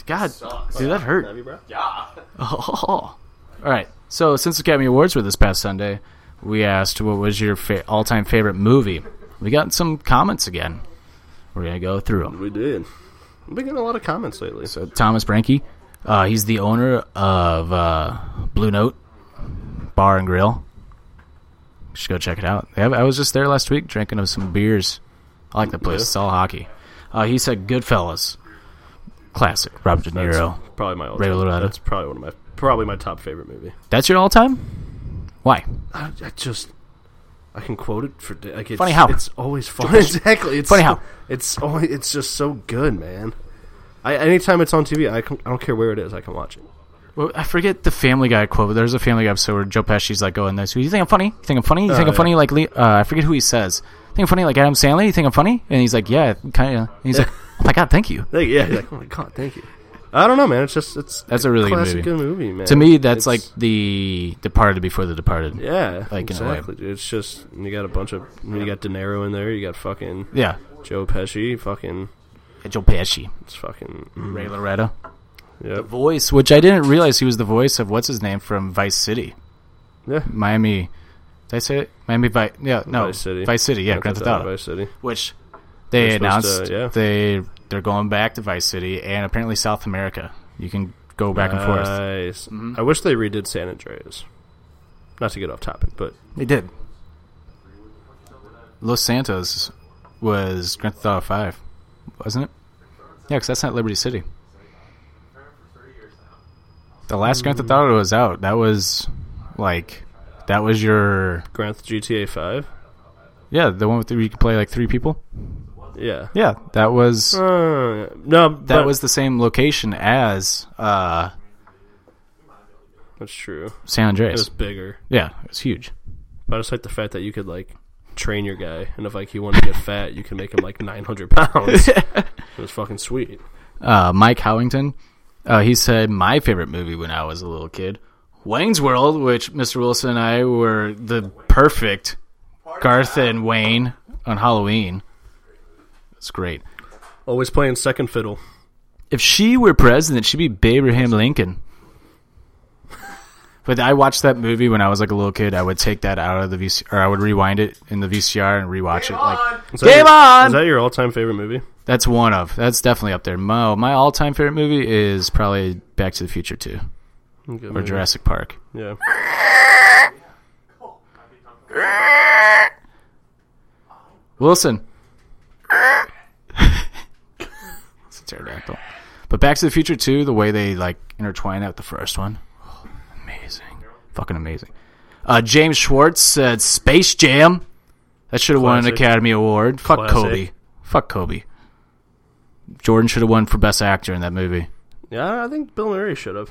Speaker 7: God,
Speaker 5: Sucks.
Speaker 7: dude, that hurt.
Speaker 5: Yeah.
Speaker 7: (laughs) All right. So since the Academy Awards were this past Sunday, we asked what was your fa- all-time favorite movie. We got some comments again. We're gonna go through them.
Speaker 2: We did. We've been getting a lot of comments lately.
Speaker 7: So Thomas Branke, uh, he's the owner of uh, Blue Note Bar and Grill. You should go check it out. They have- I was just there last week drinking of some beers. I like the place. It's all hockey. Uh, he said Goodfellas, classic. Robert De
Speaker 2: That's
Speaker 7: Niro.
Speaker 2: probably my all
Speaker 7: Ray Liotta.
Speaker 2: That's probably one of my probably my top favorite movie.
Speaker 7: That's your all-time. Why?
Speaker 2: I, I just I can quote it for da- like it's,
Speaker 7: Funny how.
Speaker 2: it's always fun. (laughs) exactly. It's
Speaker 7: Funny how.
Speaker 2: it's always, it's just so good, man. I anytime it's on TV, I can, I don't care where it is, I can watch it.
Speaker 7: Well, I forget the Family Guy quote. But there's a Family Guy episode where Joe Pesci's like going, "This, you think I'm funny? You think I'm funny? You think
Speaker 2: Oh,
Speaker 7: I'm funny?"
Speaker 2: yeah.
Speaker 7: Like, Le- uh, I forget who he says. Think I'm funny? Like Adam Sandler? You think I'm funny? And he's like, "Yeah, kind of." He's like, "Oh my god, thank you."
Speaker 2: Like, yeah, like, oh my god, thank you. I don't know, man. It's just it's
Speaker 7: That's a really good
Speaker 2: classic
Speaker 7: movie.
Speaker 2: man.
Speaker 7: To me,
Speaker 2: It's-
Speaker 7: that's like the Departed before the Departed.
Speaker 2: yeah,
Speaker 7: like, in a way.
Speaker 2: exactly. dude. It's just you got a bunch of you got De Niro in there. You got fucking
Speaker 7: Yeah.
Speaker 2: Joe Pesci. Fucking
Speaker 7: Joe Pesci,
Speaker 2: it's fucking
Speaker 7: Ray Loretta,
Speaker 2: Mm. Yep.
Speaker 7: voice, which I didn't realize he was the voice of what's his name from Vice City,
Speaker 2: Yeah.
Speaker 7: Miami. Did I say it? Miami Vice? Yeah, no,
Speaker 2: Vice City.
Speaker 7: Vice City. Yeah,
Speaker 2: Grand Theft Auto Vice City.
Speaker 7: which they
Speaker 2: They're supposed
Speaker 7: announced
Speaker 2: to- yeah.
Speaker 7: they they're going back to Vice City and apparently South America. You can go back and
Speaker 2: Uh,
Speaker 7: forth.
Speaker 2: Nice. I wish they redid San Andreas. Not to get off topic, but
Speaker 7: They did. Los Santos was Grand Theft Auto Five, wasn't it? Yeah, because that's not Liberty City. The last Grand Theft Auto was out. That was like that was your
Speaker 2: Grand Theft GTA Five.
Speaker 7: yeah the one with the, where you could play like three people.
Speaker 2: Yeah.
Speaker 7: Yeah, that was.
Speaker 2: Uh, no,
Speaker 7: that was the same location as uh,
Speaker 2: that's true.
Speaker 7: San
Speaker 2: It
Speaker 7: Andreas.
Speaker 2: was bigger,
Speaker 7: Yeah, it was huge.
Speaker 2: but I just like the fact that you could like train your guy, and if like he wanted to get fat, you can make him like nine hundred
Speaker 7: (laughs)
Speaker 2: pounds. it was fucking sweet.
Speaker 7: Uh, Mike Howington, uh, he said my favorite movie when I was a little kid, Wayne's World, which Mr. Wilson and I were the perfect Garth and Wayne on Halloween. It's great.
Speaker 2: Always playing second fiddle.
Speaker 7: If she were president, she'd be Abraham Lincoln. (laughs) But I watched that movie when I was like a little kid. I would take that out of the VCR, or I would rewind it in the VCR and rewatch it. Like
Speaker 2: Is that
Speaker 7: Game
Speaker 2: your-
Speaker 7: on!
Speaker 2: Is that your all-time favorite movie?
Speaker 7: That's one of. That's definitely up there. My, my all time favorite movie is probably Back to the Future 2
Speaker 2: Good
Speaker 7: or
Speaker 2: movie.
Speaker 7: Jurassic Park.
Speaker 2: Yeah.
Speaker 7: Wilson. it's a pterodactyl. But Back to the Future 2, the way they like intertwine that with the first one. amazing. Fucking amazing. Uh, James Schwartz said Space Jam. That should have won an
Speaker 2: Classic.
Speaker 7: Academy Award. Fuck
Speaker 2: Classic.
Speaker 7: Kobe. Fuck Kobe. Jordan should have won for best actor in that movie.
Speaker 2: Yeah, I think Bill Murray should
Speaker 7: (laughs)
Speaker 2: have.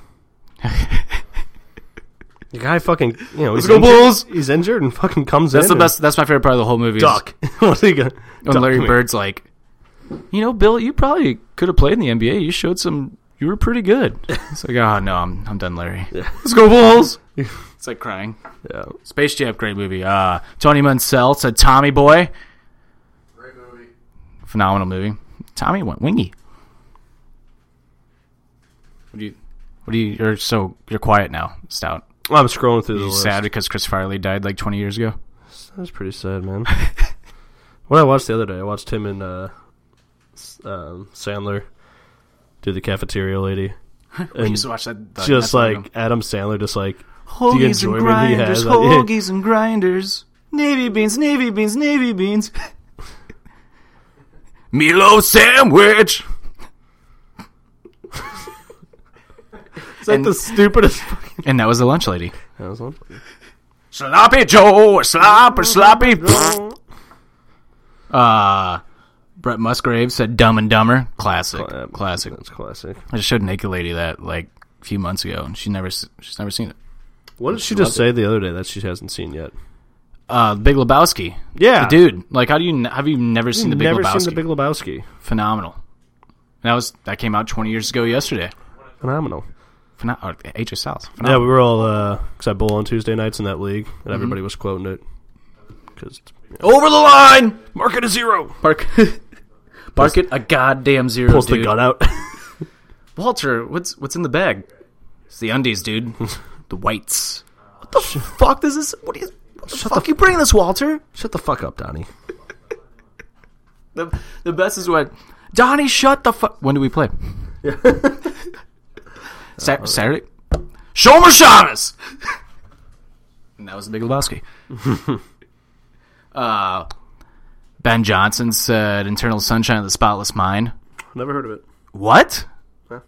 Speaker 2: the guy fucking, you know, he's
Speaker 7: go,
Speaker 2: injured,
Speaker 7: Bulls!
Speaker 2: He's injured and fucking comes
Speaker 7: That's
Speaker 2: in.
Speaker 7: the
Speaker 2: and
Speaker 7: best. That's my favorite part of the whole movie. is
Speaker 2: Duck. (laughs) what are you
Speaker 7: (laughs)
Speaker 2: gonna-
Speaker 7: When
Speaker 2: duck,
Speaker 7: Larry
Speaker 2: come here.
Speaker 7: Bird's like, you know, Bill, you probably could have played in the NBA. You showed some. You were pretty good. It's like, oh no, I'm I'm done, Larry. Let's go Bulls. it's like crying.
Speaker 2: Yeah.
Speaker 7: Space Jam, great movie. Uh, Tony Munsell said Tommy Boy. Great movie. Phenomenal movie. Tommy went wingy. What do you? What do you? You're so you're quiet now, Stout.
Speaker 2: Well, I'm scrolling through the
Speaker 7: You
Speaker 2: list.
Speaker 7: sad because Chris Farley died like 20 years ago.
Speaker 2: That's pretty sad,
Speaker 7: (laughs)
Speaker 2: man. what I watched the other day, I watched him and uh, S- um, Sandler do the cafeteria
Speaker 7: (laughs)
Speaker 2: lady.
Speaker 7: We
Speaker 2: And
Speaker 7: used to watch that. that-
Speaker 2: just
Speaker 7: that's what we
Speaker 2: like Adam Sandler, just like the
Speaker 7: Hoagies and
Speaker 2: enjoyment he
Speaker 7: grinders,
Speaker 2: has.
Speaker 7: hoagies and grinders. Navy beans, navy beans, navy beans. (laughs) Milo sandwich.
Speaker 2: Is that
Speaker 7: and-
Speaker 2: the stupidest? fucking-
Speaker 7: And that was the lunch lady.
Speaker 2: (laughs) That was one.
Speaker 7: Sloppy Joe, slop or sloppy. (laughs) uh, Brett Musgrave said Dumb and Dumber. Classic.
Speaker 2: uh, Yeah,
Speaker 7: Classic.
Speaker 2: Um, That's classic.
Speaker 7: I just showed Naked Lady that like a few months ago and she never s- she's never seen it.
Speaker 2: What did she just say the other day that she hasn't seen yet?
Speaker 7: Uh, Big Lebowski.
Speaker 2: Yeah,
Speaker 7: The dude. Like how do you n- have you never seen the Big
Speaker 2: never
Speaker 7: Lebowski?
Speaker 2: seen the Big Lebowski.
Speaker 7: phenomenal. And that was that came out 20 years ago yesterday.
Speaker 2: Phenomenal.
Speaker 7: Pheno- or AJ Styles.
Speaker 2: Yeah,
Speaker 7: Phenomenal.
Speaker 2: we were all because I bowl on Tuesday nights in that league, and everybody was quoting it. Because
Speaker 7: Over the line.
Speaker 2: market a zero,
Speaker 7: Bark. (laughs) Bark it a goddamn zero.
Speaker 2: pulls the
Speaker 7: dude.
Speaker 2: gun out.
Speaker 7: Walter, what's what's in the bag? It's the undies, (laughs) dude. the whites. What the fuck does this? What do you? What the fuck you bringing this, Walter?
Speaker 2: (laughs) Shut the fuck up, Donnie.
Speaker 7: The the best is what Donnie. Shut the fuck. When do we play? (laughs) Sa- Saturday. Shomer Shamus. and that was the Big Lebowski. (laughs) uh, ben Johnson said, "Internal Sunshine of the Spotless Mind."
Speaker 2: Never heard of it.
Speaker 7: What?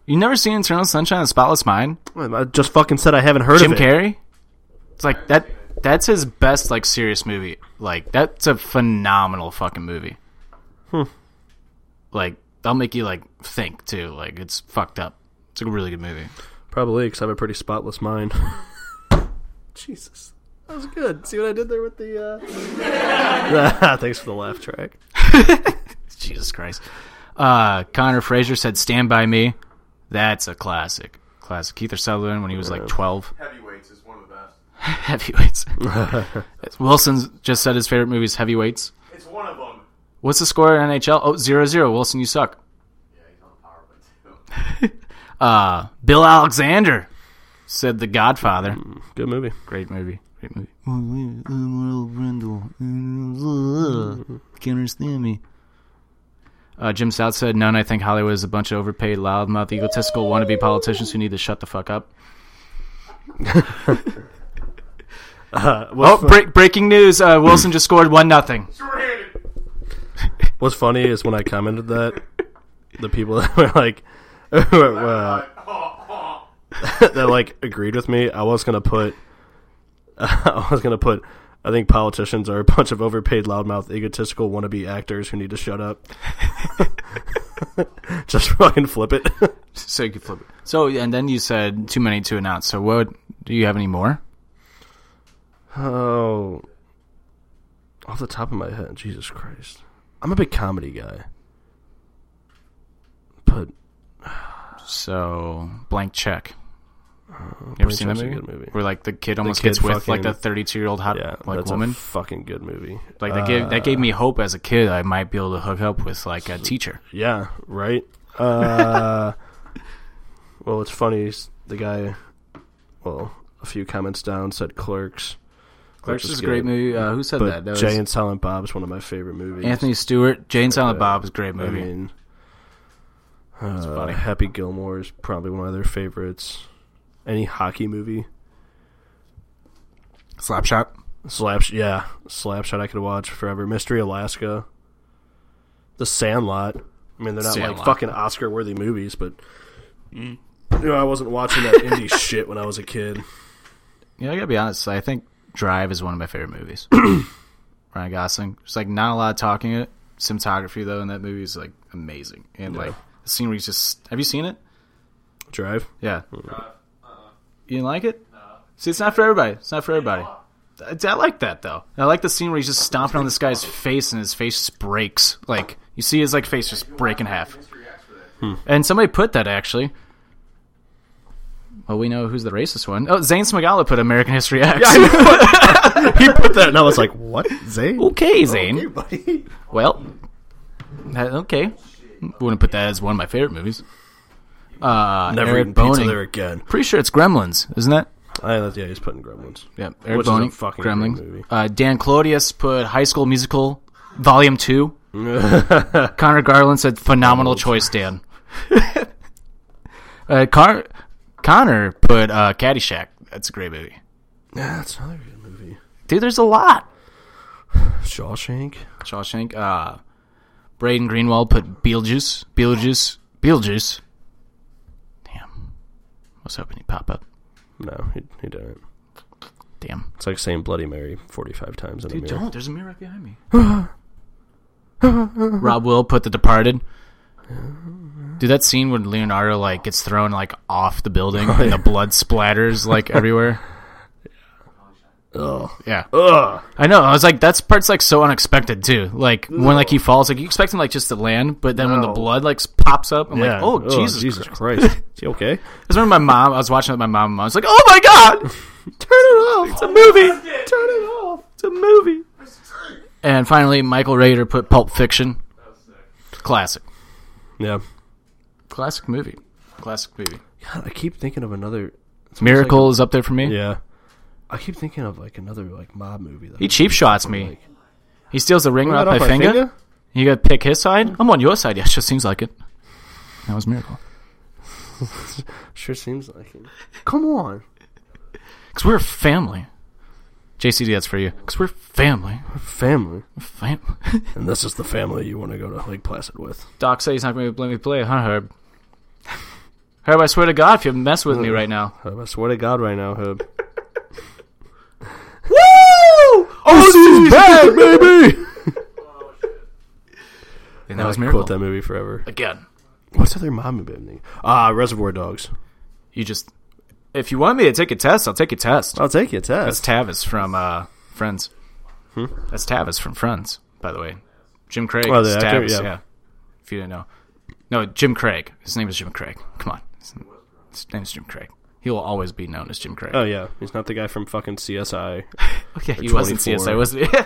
Speaker 7: You never seen Internal Sunshine of the Spotless Mind?
Speaker 2: I just fucking said I haven't heard
Speaker 7: Jim
Speaker 2: of it.
Speaker 7: Carrey. It's like that. That's his best like serious movie. Like that's a phenomenal fucking movie.
Speaker 2: Hmm.
Speaker 7: Like that'll make you like think too. Like it's fucked up. It's a really good movie.
Speaker 2: Probably because I have a pretty spotless mind. (laughs) Jesus. That was good. See what I did there with the. Uh... (laughs) Thanks for the laugh track.
Speaker 7: Jesus Christ. Uh, Connor Fraser said "Stand by Me." That's a classic. Classic. Keith Sutherland when he was like twelve.
Speaker 5: Heavyweights is one of the best.
Speaker 7: (laughs) Heavyweights. Wilson's just said his favorite movie is Heavyweights.
Speaker 5: It's one of them.
Speaker 7: What's the score in NHL? Oh, 0 0. Wilson, you suck. (laughs) uh, Bill Alexander said The Godfather.
Speaker 2: Good movie.
Speaker 7: Great movie. Great movie.
Speaker 8: uh, Can't understand me.
Speaker 7: Uh, Jim South said, None, I think Hollywood is a bunch of overpaid, loudmouth, egotistical, wannabe politicians who need to shut the
Speaker 2: (laughs)
Speaker 7: fuck up.
Speaker 2: Uh,
Speaker 7: Oh, break, breaking news. Uh, Wilson just scored 1 nothing.
Speaker 2: What's funny is when I commented that, the people (laughs) that were like, uh, (laughs) that like agreed with me, I was gonna put, (laughs) I was gonna put, I think politicians are a bunch of overpaid, loudmouth, egotistical wannabe actors who need to shut up. (laughs) Just fucking flip it. (laughs)
Speaker 7: So you could flip it. So, and then you said too many to announce. So, what do you have any more?
Speaker 2: Oh, off the top of my head, Jesus Christ, I'm a big comedy guy, but
Speaker 7: So, Blank Check. You ever seen that
Speaker 2: Uh, Check's a
Speaker 7: movie?
Speaker 2: good movie.
Speaker 7: Where like the kid almost
Speaker 2: kid
Speaker 7: gets with like
Speaker 2: fucking-
Speaker 7: the 32 year old hot
Speaker 2: yeah,
Speaker 7: like
Speaker 2: that's
Speaker 7: woman.
Speaker 2: a uh, fucking good movie.
Speaker 7: like that gave that gave me hope as a kid. I might be able to hook up with like a teacher.
Speaker 2: Yeah, right.
Speaker 7: (laughs)
Speaker 2: Uh, well, it's funny. is The guy, well, a few comments down said Clerks.
Speaker 7: Clerks
Speaker 2: is
Speaker 7: is a
Speaker 2: good.
Speaker 7: great movie. Uh, who said
Speaker 2: But
Speaker 7: that? That was
Speaker 2: Jay and Silent Bob is one of my favorite movies.
Speaker 7: Anthony Stewart. Jane Silent
Speaker 2: uh,
Speaker 7: Bob is a great
Speaker 2: I
Speaker 7: movie.
Speaker 2: mean, uh,
Speaker 7: funny.
Speaker 2: Happy Gilmore is probably one of their favorites. Any hockey movie,
Speaker 7: Slapshot.
Speaker 2: Slapshot, yeah, Slapshot, I could watch forever. Mystery Alaska, The Sandlot. I mean, they're not
Speaker 7: Sandlot.
Speaker 2: like fucking Oscar-worthy movies, but you know, I wasn't watching that indie shit when I was a kid.
Speaker 7: Yeah, I gotta be
Speaker 2: (clears throat)
Speaker 7: honest. I think Drive is one of my favorite movies. Ryan Gosling. There's like not a lot of talking in it, cinematography though in that movie is like amazing, and like the scenery's just. Have you seen it?
Speaker 2: Drive.
Speaker 7: Yeah. You didn't like it? See, it's not for everybody. It's not for everybody. I, I like that though. I like the scene where he's just stomping on this guy's face, and his face just breaks. Like you see his like face just break in half. And somebody put that actually. Well, we know who's the racist one. Oh, Zane Smigala put American History X.
Speaker 2: He put that, and I was like, "What, Zane?
Speaker 7: (laughs) okay, Zane.
Speaker 2: buddy."
Speaker 7: Well, that- okay. Wouldn't put that as one of my favorite movies. Uh,
Speaker 2: Never
Speaker 7: Eric
Speaker 2: eating pizza
Speaker 7: Boning.
Speaker 2: there again.
Speaker 7: Pretty sure it's Gremlins, isn't it?
Speaker 2: I, yeah, he's putting Gremlins.
Speaker 7: Yeah, Eric
Speaker 2: Which is a
Speaker 7: Boning,
Speaker 2: fucking great
Speaker 7: Gremlins.
Speaker 2: movie.
Speaker 7: Uh, Dan Claudius put High School Musical Volume Two.
Speaker 2: (laughs)
Speaker 7: Connor Garland said,
Speaker 2: Oh.
Speaker 7: "Phenomenal choice, Dan." (laughs) uh, Car- Connor put uh, Caddyshack. That's a great movie,
Speaker 2: Yeah, that's another good movie.
Speaker 7: dude. There's a lot.
Speaker 2: Shawshank.
Speaker 7: Shawshank. Uh, Braden Greenwald put Beetlejuice. Beetlejuice. Beetlejuice. Damn. I was hoping he'd pop up.
Speaker 2: No, he, he didn't.
Speaker 7: Damn.
Speaker 2: It's like saying Bloody Mary forty-five times in a
Speaker 7: Dude,
Speaker 2: mirror.
Speaker 7: don't. There's a mirror right behind me. (laughs) Rob Will put The Departed. Dude, that scene when Leonardo like gets thrown like off the building and the blood splatters (laughs) like everywhere.
Speaker 2: Ugh.
Speaker 7: Yeah,
Speaker 2: Ugh.
Speaker 7: I know. I was like, that's part's like so unexpected too. Like when like he falls, like you expect him like just to land, but then when the
Speaker 2: No.
Speaker 7: blood like s- pops up, I'm
Speaker 2: Yeah.
Speaker 7: like, oh
Speaker 2: Ugh,
Speaker 7: Jesus,
Speaker 2: Jesus
Speaker 7: Christ.
Speaker 2: Christ. (laughs) Is he okay?
Speaker 7: I remember my mom. I was watching it with my mom. And I was like, "Oh my god, turn it off! It's a movie. Turn it off! It's a movie." And finally, Michael Rader put Pulp Fiction. Classic,
Speaker 2: Yeah.
Speaker 7: classic movie, classic movie.
Speaker 2: God, I keep thinking of another.
Speaker 7: Miracle is up there for me.
Speaker 2: Yeah. I keep thinking of like another like mob movie. That
Speaker 7: He cheap shots me. He steals the ring
Speaker 2: Right
Speaker 7: around my
Speaker 2: off my
Speaker 7: finger.
Speaker 2: finger?
Speaker 7: You got to pick his side. I'm on your side. (laughs) Yeah, sure seems like it. That was Miracle.
Speaker 2: Sure seems like it. Come on.
Speaker 7: Cause we're family. JCD, that's for you. Cause we're family.
Speaker 2: Family.
Speaker 7: We're family. (laughs)
Speaker 2: And this is the family you want to go to Lake Placid with.
Speaker 7: Doc said he's not going to let me play, huh, Herb? Herb, I swear to God, if you mess with
Speaker 2: Mm.
Speaker 7: me right now.
Speaker 2: I swear to God right now, Hub.
Speaker 7: Woo! Oh, she's back, baby! and that was Miracle.
Speaker 2: Quote that movie forever.
Speaker 7: Again,
Speaker 2: What's the other mob movie? I'm thinking? Ah, Reservoir Dogs.
Speaker 7: you just... If you want me to take a test, I'll take a test.
Speaker 2: I'll take you, Tess.
Speaker 7: That's Tavis from uh, Friends. That's Tavis from Friends, by the way. Jim Craig
Speaker 2: Hmm? Oh,
Speaker 7: is
Speaker 2: the actor?
Speaker 7: Tavis,
Speaker 2: Yeah.
Speaker 7: yeah. If you didn't know. No, Jim Craig. His name is Jim Craig. Come on. His- His name is Jim Craig. He will always be known as Jim Craig.
Speaker 2: oh yeah, he's not the guy from fucking CSI.
Speaker 7: Okay, he wasn't
Speaker 2: 24.
Speaker 7: CSI, wasn't he?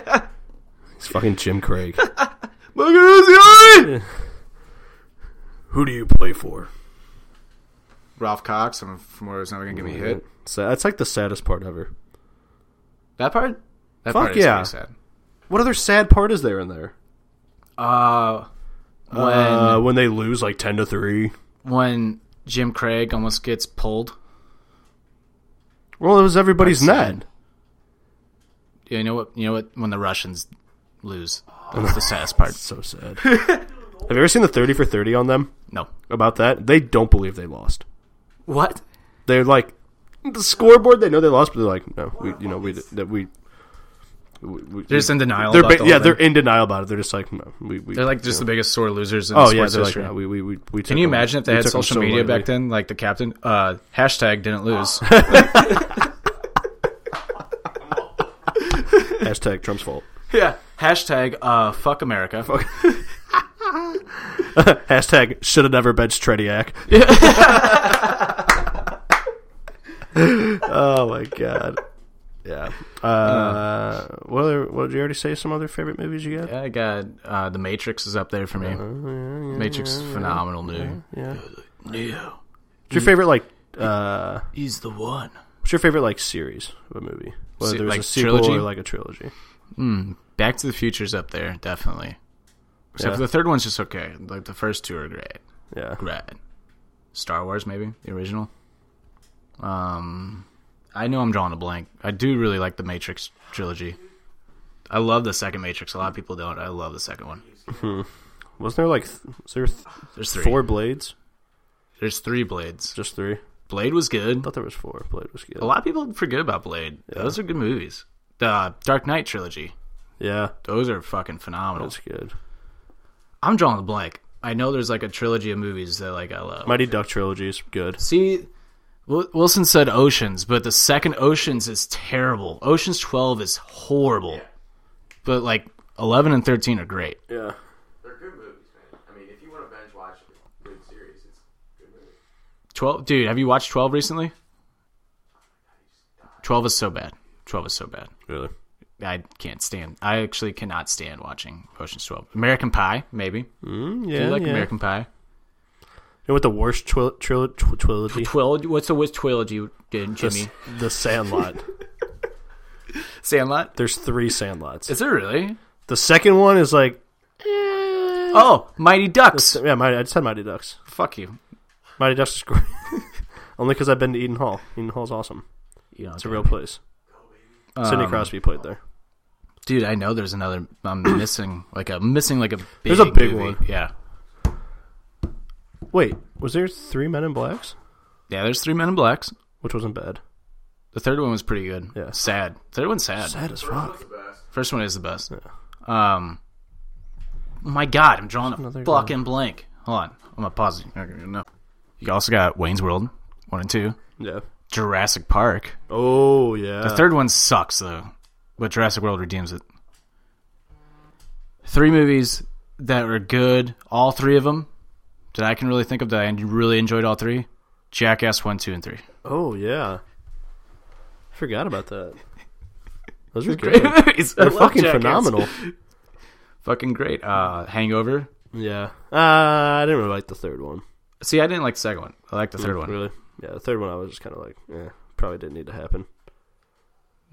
Speaker 7: (laughs)
Speaker 2: It's fucking Jim (laughs) Craig. Who do you play for?
Speaker 7: Ralph Cox from, from where it's never gonna give me a hit.
Speaker 2: So that's like the saddest part ever.
Speaker 7: That part, that
Speaker 2: Fuck
Speaker 7: part is
Speaker 2: yeah.
Speaker 7: pretty sad.
Speaker 2: What other sad part is there in there?
Speaker 7: Uh, when
Speaker 2: uh, when they lose like ten to three.
Speaker 7: when Jim Craig almost gets pulled,
Speaker 2: Well, it was everybody's
Speaker 7: That's
Speaker 2: net.
Speaker 7: you know what? You know what? When the Russians lose, that's the saddest part.
Speaker 2: So (laughs) sad. Have you ever seen the thirty for thirty on them
Speaker 7: No,
Speaker 2: about that? They don't believe they lost.
Speaker 7: what?
Speaker 2: They're like the scoreboard. They know they lost, but they're like, no, we, you know, we that we. we, we
Speaker 7: They're just in denial.
Speaker 2: They're
Speaker 7: about
Speaker 2: ba-
Speaker 7: the
Speaker 2: yeah,
Speaker 7: whole
Speaker 2: they're
Speaker 7: thing.
Speaker 2: in denial about it. They're just like, no, we, we
Speaker 7: they're like just the biggest sore losers in
Speaker 2: oh yeah,
Speaker 7: sports
Speaker 2: they're like,
Speaker 7: history.
Speaker 2: no, we we we. we
Speaker 7: Can you imagine if they had social media back then, like the captain, uh,
Speaker 2: (laughs)
Speaker 7: hashtag didn't lose?
Speaker 2: Hashtag Trump's
Speaker 7: (laughs)
Speaker 2: fault.
Speaker 7: yeah, hashtag uh, fuck
Speaker 2: (laughs)
Speaker 7: America.
Speaker 2: Hashtag should have never benched
Speaker 7: (laughs)
Speaker 2: Trediak. oh my god. Yeah. Uh, what other? What did you already say? Some other favorite movies you got?
Speaker 7: Yeah, I got uh, the Matrix is up there for me.
Speaker 2: Uh-huh,
Speaker 7: Matrix is phenomenal new.
Speaker 2: Yeah.
Speaker 7: Neo,
Speaker 2: What's
Speaker 7: Mm.
Speaker 2: your favorite like? Uh,
Speaker 7: he's the one.
Speaker 2: what's your favorite like series of a movie? Whether
Speaker 7: Se-
Speaker 2: there was
Speaker 7: like
Speaker 2: a sequel
Speaker 7: trilogy?
Speaker 2: or like a trilogy.
Speaker 7: Back to the Future's up there, definitely. Except
Speaker 2: Yeah.
Speaker 7: for the third one's just okay. Like the first two are great.
Speaker 2: Yeah.
Speaker 7: Great. Star Wars, maybe the original. Um, I know I'm drawing a blank. I do really like the Matrix trilogy. I love the second Matrix. A lot of people don't. I love the second one.
Speaker 2: Wasn't there like th- was there th-
Speaker 7: There's three.
Speaker 2: four blades?
Speaker 7: There's three Blades.
Speaker 2: Just three.
Speaker 7: Blade was good.
Speaker 2: I thought there was four. Blade was good.
Speaker 7: A lot of people forget about Blade. Those are good movies. The Dark Knight trilogy.
Speaker 2: Yeah,
Speaker 7: Those are fucking phenomenal.
Speaker 2: that's good.
Speaker 7: I'm drawing a blank. I know there's like a trilogy of movies that like I love.
Speaker 2: Mighty Duck trilogy is good.
Speaker 7: See, Wil- Wilson said Oceans, but the second Oceans is terrible. Oceans 12 is horrible. But like 11 and 13 are great.
Speaker 2: Yeah.
Speaker 5: They're good movies, man. I mean, if you want to binge watch a good series, it's good movies.
Speaker 7: 12 Dude, have you watched 12 recently? 12 is so bad. 12 is so bad.
Speaker 2: Really?
Speaker 7: I can't stand. I actually cannot stand watching Ocean's 12. American Pie, maybe.
Speaker 2: Mm, yeah.
Speaker 7: Do you like
Speaker 2: yeah.
Speaker 7: American Pie?
Speaker 2: You know what the worst twil- tril- tw- trilogy?
Speaker 7: Twil- what's the worst trilogy you did,
Speaker 2: Just
Speaker 7: Jimmy?
Speaker 2: The
Speaker 7: (laughs)
Speaker 2: Sandlot.
Speaker 7: Sandlot?
Speaker 2: There's three Sandlots.
Speaker 7: Is it really?
Speaker 2: the second one is like,
Speaker 7: Oh, Mighty Ducks.
Speaker 2: yeah, Mighty, I just had Mighty Ducks.
Speaker 7: Fuck you.
Speaker 2: Mighty Ducks is (laughs) great. Only because I've been to Eden Hall. Eden Hall's awesome.
Speaker 7: You know,
Speaker 2: It's a real place.
Speaker 7: Um,
Speaker 2: Sidney Crosby played there.
Speaker 7: dude, I know there's another.
Speaker 2: (clears throat)
Speaker 7: I'm missing like a missing like a. Big
Speaker 2: There's a big one.
Speaker 7: movie. Yeah,
Speaker 2: Wait, was there three Men in Blacks?
Speaker 7: yeah. There's three Men in Blacks.
Speaker 2: Which wasn't bad.
Speaker 7: The third one was pretty good.
Speaker 2: Yeah.
Speaker 7: Sad. Third one's sad.
Speaker 2: Sad as fuck.
Speaker 7: First one is the best. Um. My God, I'm drawing a
Speaker 2: another
Speaker 7: fucking blank. Hold on, I'm gonna pause it. Okay, No. You also got Wayne's World, one and two.
Speaker 2: Yeah.
Speaker 7: Jurassic Park.
Speaker 2: Oh yeah.
Speaker 7: The third one sucks though, but Jurassic World redeems it. Three movies that were good, all three of them that I can really think of that I really enjoyed all three: Jackass one, two, and (laughs) three.
Speaker 2: Oh yeah. I forgot about that. Those are (laughs)
Speaker 7: Great
Speaker 2: great.
Speaker 7: movies. I
Speaker 2: They're
Speaker 7: love
Speaker 2: fucking
Speaker 7: Jackass.
Speaker 2: (laughs) phenomenal.
Speaker 7: Fucking great. Uh, Hangover.
Speaker 2: Yeah. Uh, I didn't really like the third one.
Speaker 7: See, I didn't like the second one. I like the third one.
Speaker 2: Really? Yeah, the third one I was just kind of like, eh, probably didn't need to happen.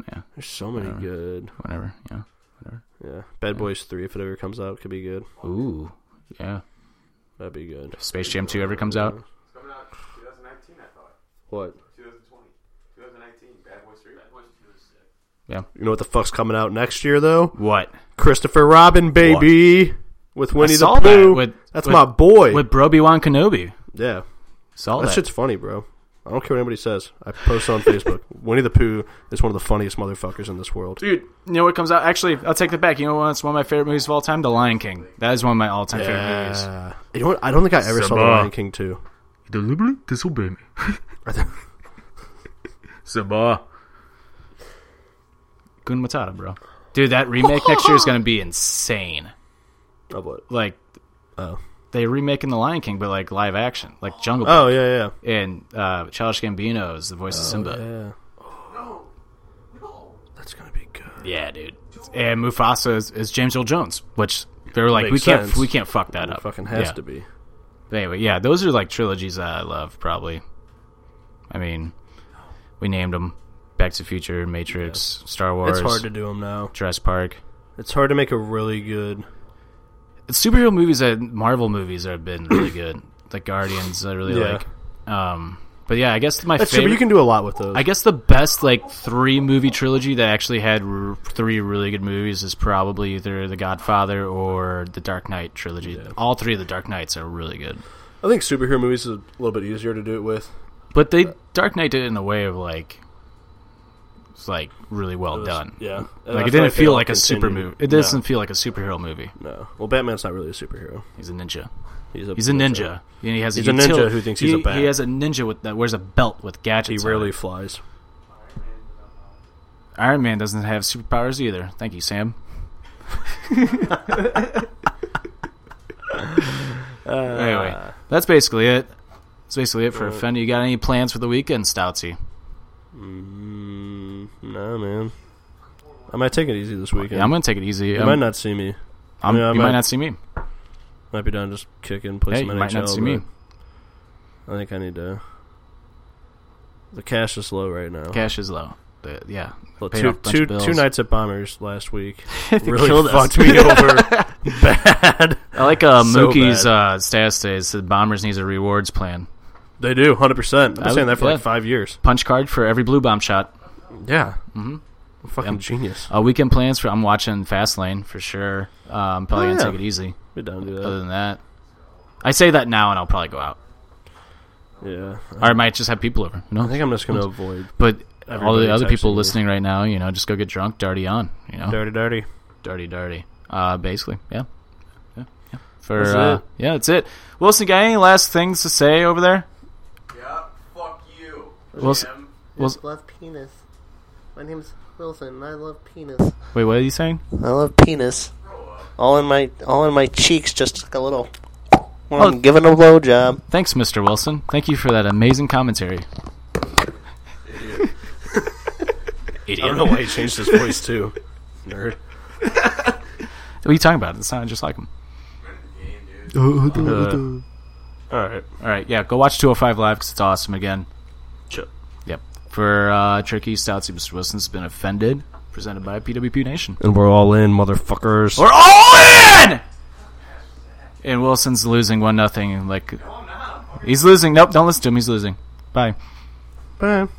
Speaker 7: Yeah.
Speaker 2: There's so many good.
Speaker 7: Whatever. Yeah.
Speaker 2: Yeah. Bad Boys 3 if it ever comes out could be good.
Speaker 7: Ooh. Yeah.
Speaker 2: That'd be good.
Speaker 7: Space Jam two ever comes out.
Speaker 5: It's coming out 2019, I thought.
Speaker 2: What?
Speaker 5: 2020. 2019. Bad Boys 3. Bad Boys 2 is sick.
Speaker 2: You know what the fuck's coming out next year though?
Speaker 7: What?
Speaker 2: Christopher Robin baby with Winnie
Speaker 7: I
Speaker 2: the
Speaker 7: saw that
Speaker 2: Pooh.
Speaker 7: with-
Speaker 2: That's
Speaker 7: with-
Speaker 2: my boy.
Speaker 7: With Broby Wan Kenobi.
Speaker 2: yeah.
Speaker 7: Saw
Speaker 2: That,
Speaker 7: that.
Speaker 2: shit's funny, bro. I don't care what anybody says. I post on
Speaker 7: (laughs)
Speaker 2: Facebook. Winnie the Pooh is one of the funniest motherfuckers in this world.
Speaker 7: Dude, you know what comes out? Actually, I'll take that back. You know what? It's one of my favorite movies of all time, The Lion King. That is one of my all-time favorite movies.
Speaker 2: Yeah. You know what? I don't think I ever saw The
Speaker 7: Simba.
Speaker 2: Lion King 2.
Speaker 8: Deliberately disobey me.
Speaker 7: (laughs) Simba. Gun Matata, bro. Dude, that remake next year is going to be insane.
Speaker 2: Oh, what?
Speaker 7: Like,
Speaker 2: Oh.
Speaker 7: they remaking The Lion King, but like live action, like Jungle Book.
Speaker 2: Oh, yeah, yeah.
Speaker 7: And uh, Childish Gambino is the voice of Simba.
Speaker 2: Yeah. That's gonna be good.
Speaker 7: Yeah. dude. And Mufasa is, is James Earl Jones, which they were like,
Speaker 2: Makes
Speaker 7: we can't,
Speaker 2: sense.
Speaker 7: we can't fuck that up.
Speaker 2: Fucking has
Speaker 7: Yeah.
Speaker 2: to be.
Speaker 7: But anyway, yeah, those are like trilogies that I love, probably. I mean, we named them Back to the Future, Matrix, Star Wars,
Speaker 2: It's hard to do them now.
Speaker 7: Jurassic Park.
Speaker 2: It's hard to make a really good.
Speaker 7: Superhero movies and Marvel movies have been
Speaker 2: (coughs)
Speaker 7: really good. Like Guardians, I really
Speaker 2: Yeah.
Speaker 7: like. Um, but yeah, I guess my
Speaker 2: That's true.
Speaker 7: favorite.
Speaker 2: But you can do a lot with those.
Speaker 7: I guess the best like three movie trilogy that actually had r- three really good movies is probably either The Godfather or The Dark Knight trilogy. All three of the Dark Knights are really good.
Speaker 2: I think superhero movies is a little bit easier to do it with.
Speaker 7: But
Speaker 2: Uh,
Speaker 7: they Dark Knight did it in a way of like, it's like really well done.
Speaker 2: Yeah. And I
Speaker 7: Like it didn't
Speaker 2: they
Speaker 7: feel
Speaker 2: all
Speaker 7: like a super
Speaker 2: continue-
Speaker 7: movie. It doesn't feel like a superhero movie.
Speaker 2: No. no. Well, Batman's not really a superhero.
Speaker 7: He's a ninja.
Speaker 2: He's a,
Speaker 7: He's a ninja. And he has
Speaker 2: He's
Speaker 7: a,
Speaker 2: a ninja
Speaker 7: utili-
Speaker 2: who thinks he's a
Speaker 7: he-
Speaker 2: bat.
Speaker 7: He has a ninja with that wears a belt with
Speaker 2: He
Speaker 7: gadgets. on
Speaker 2: rarely
Speaker 7: it.
Speaker 2: flies.
Speaker 7: Iron Man doesn't have superpowers either. Thank
Speaker 2: (laughs)
Speaker 7: you, Sam. (laughs)
Speaker 2: Uh,
Speaker 7: anyway, that's basically it. That's basically it for offender. You got any plans for the weekend, Stoutsy?
Speaker 2: Mm, no, man. I might take it easy this weekend.
Speaker 7: Yeah, I'm gonna take it easy.
Speaker 2: you
Speaker 7: I'm-
Speaker 2: might not see me.
Speaker 7: I'm-
Speaker 2: yeah, I
Speaker 7: you might
Speaker 2: might-
Speaker 7: not see me.
Speaker 2: Might be done just kicking, play
Speaker 7: Hey,
Speaker 2: some
Speaker 7: you
Speaker 2: NHL.
Speaker 7: might not see
Speaker 2: but
Speaker 7: me.
Speaker 2: I think I need to. The cash is low right now.
Speaker 7: Cash is low. The- yeah.
Speaker 2: Well,
Speaker 7: paid
Speaker 2: two,
Speaker 7: off a bunch
Speaker 2: two,
Speaker 7: of bills.
Speaker 2: two nights at Bombers last
Speaker 7: (laughs)
Speaker 2: week really
Speaker 7: killed us.
Speaker 2: fucked
Speaker 7: (laughs)
Speaker 2: me over (laughs) bad.
Speaker 7: I like uh,
Speaker 2: So
Speaker 7: Mookie's
Speaker 2: bad.
Speaker 7: uh, status today. It said Bombers needs a rewards plan.
Speaker 2: They do, 100%. I've been
Speaker 7: I
Speaker 2: saying
Speaker 7: would-
Speaker 2: that for like
Speaker 7: yeah.
Speaker 2: five years.
Speaker 7: Punch card for every blue bomb shot.
Speaker 2: Yeah. Mm-hmm. fucking genius.
Speaker 7: Uh, weekend plans for I'm watching Fastlane for sure. Um, probably
Speaker 2: Oh,
Speaker 7: gonna
Speaker 2: yeah.
Speaker 7: take it easy.
Speaker 2: We don't do
Speaker 7: Other
Speaker 2: that.
Speaker 7: than that, I say that now and I'll probably go out,
Speaker 2: yeah.
Speaker 7: or I might just have people over. You know?
Speaker 2: I think I'm just going to avoid
Speaker 7: but all
Speaker 2: Everybody
Speaker 7: the other
Speaker 2: texting
Speaker 7: people
Speaker 2: me.
Speaker 7: listening right now, you know, just go get drunk, dirty on, you know,
Speaker 2: Dirty Dirty.
Speaker 7: dirty, dirty. Uh, basically, yeah, yeah, yeah. For
Speaker 2: That's
Speaker 7: uh,
Speaker 2: it.
Speaker 7: yeah, that's it. Wilson, got any last things to say over there?
Speaker 5: Yeah, fuck you.
Speaker 7: Wilson, Wilson,
Speaker 9: love penis. My name's Wilson, and I love penis.
Speaker 7: wait, what are you saying?
Speaker 9: I love penis. All in my all in my cheeks, just like a little. When
Speaker 7: Oh.
Speaker 9: I'm giving a blowjob.
Speaker 7: Thanks, Mr. Wilson. Thank you for that amazing commentary.
Speaker 2: I don't know why he changed his voice too. Nerd.
Speaker 7: What are you talking about? It sounded just like him.
Speaker 2: Uh, all right.
Speaker 7: All right, yeah, go watch 205 Live because it's awesome again.
Speaker 2: Sure.
Speaker 7: Yep. For uh, Turkey Stoutsy, Mr. Wilson's been offended. Presented by PWP Nation.
Speaker 2: And we're all in, motherfuckers.
Speaker 7: We're all in! And Wilson's losing 1 nothing. Like, he's losing. Nope, don't listen to him. He's losing. Bye.
Speaker 2: Bye.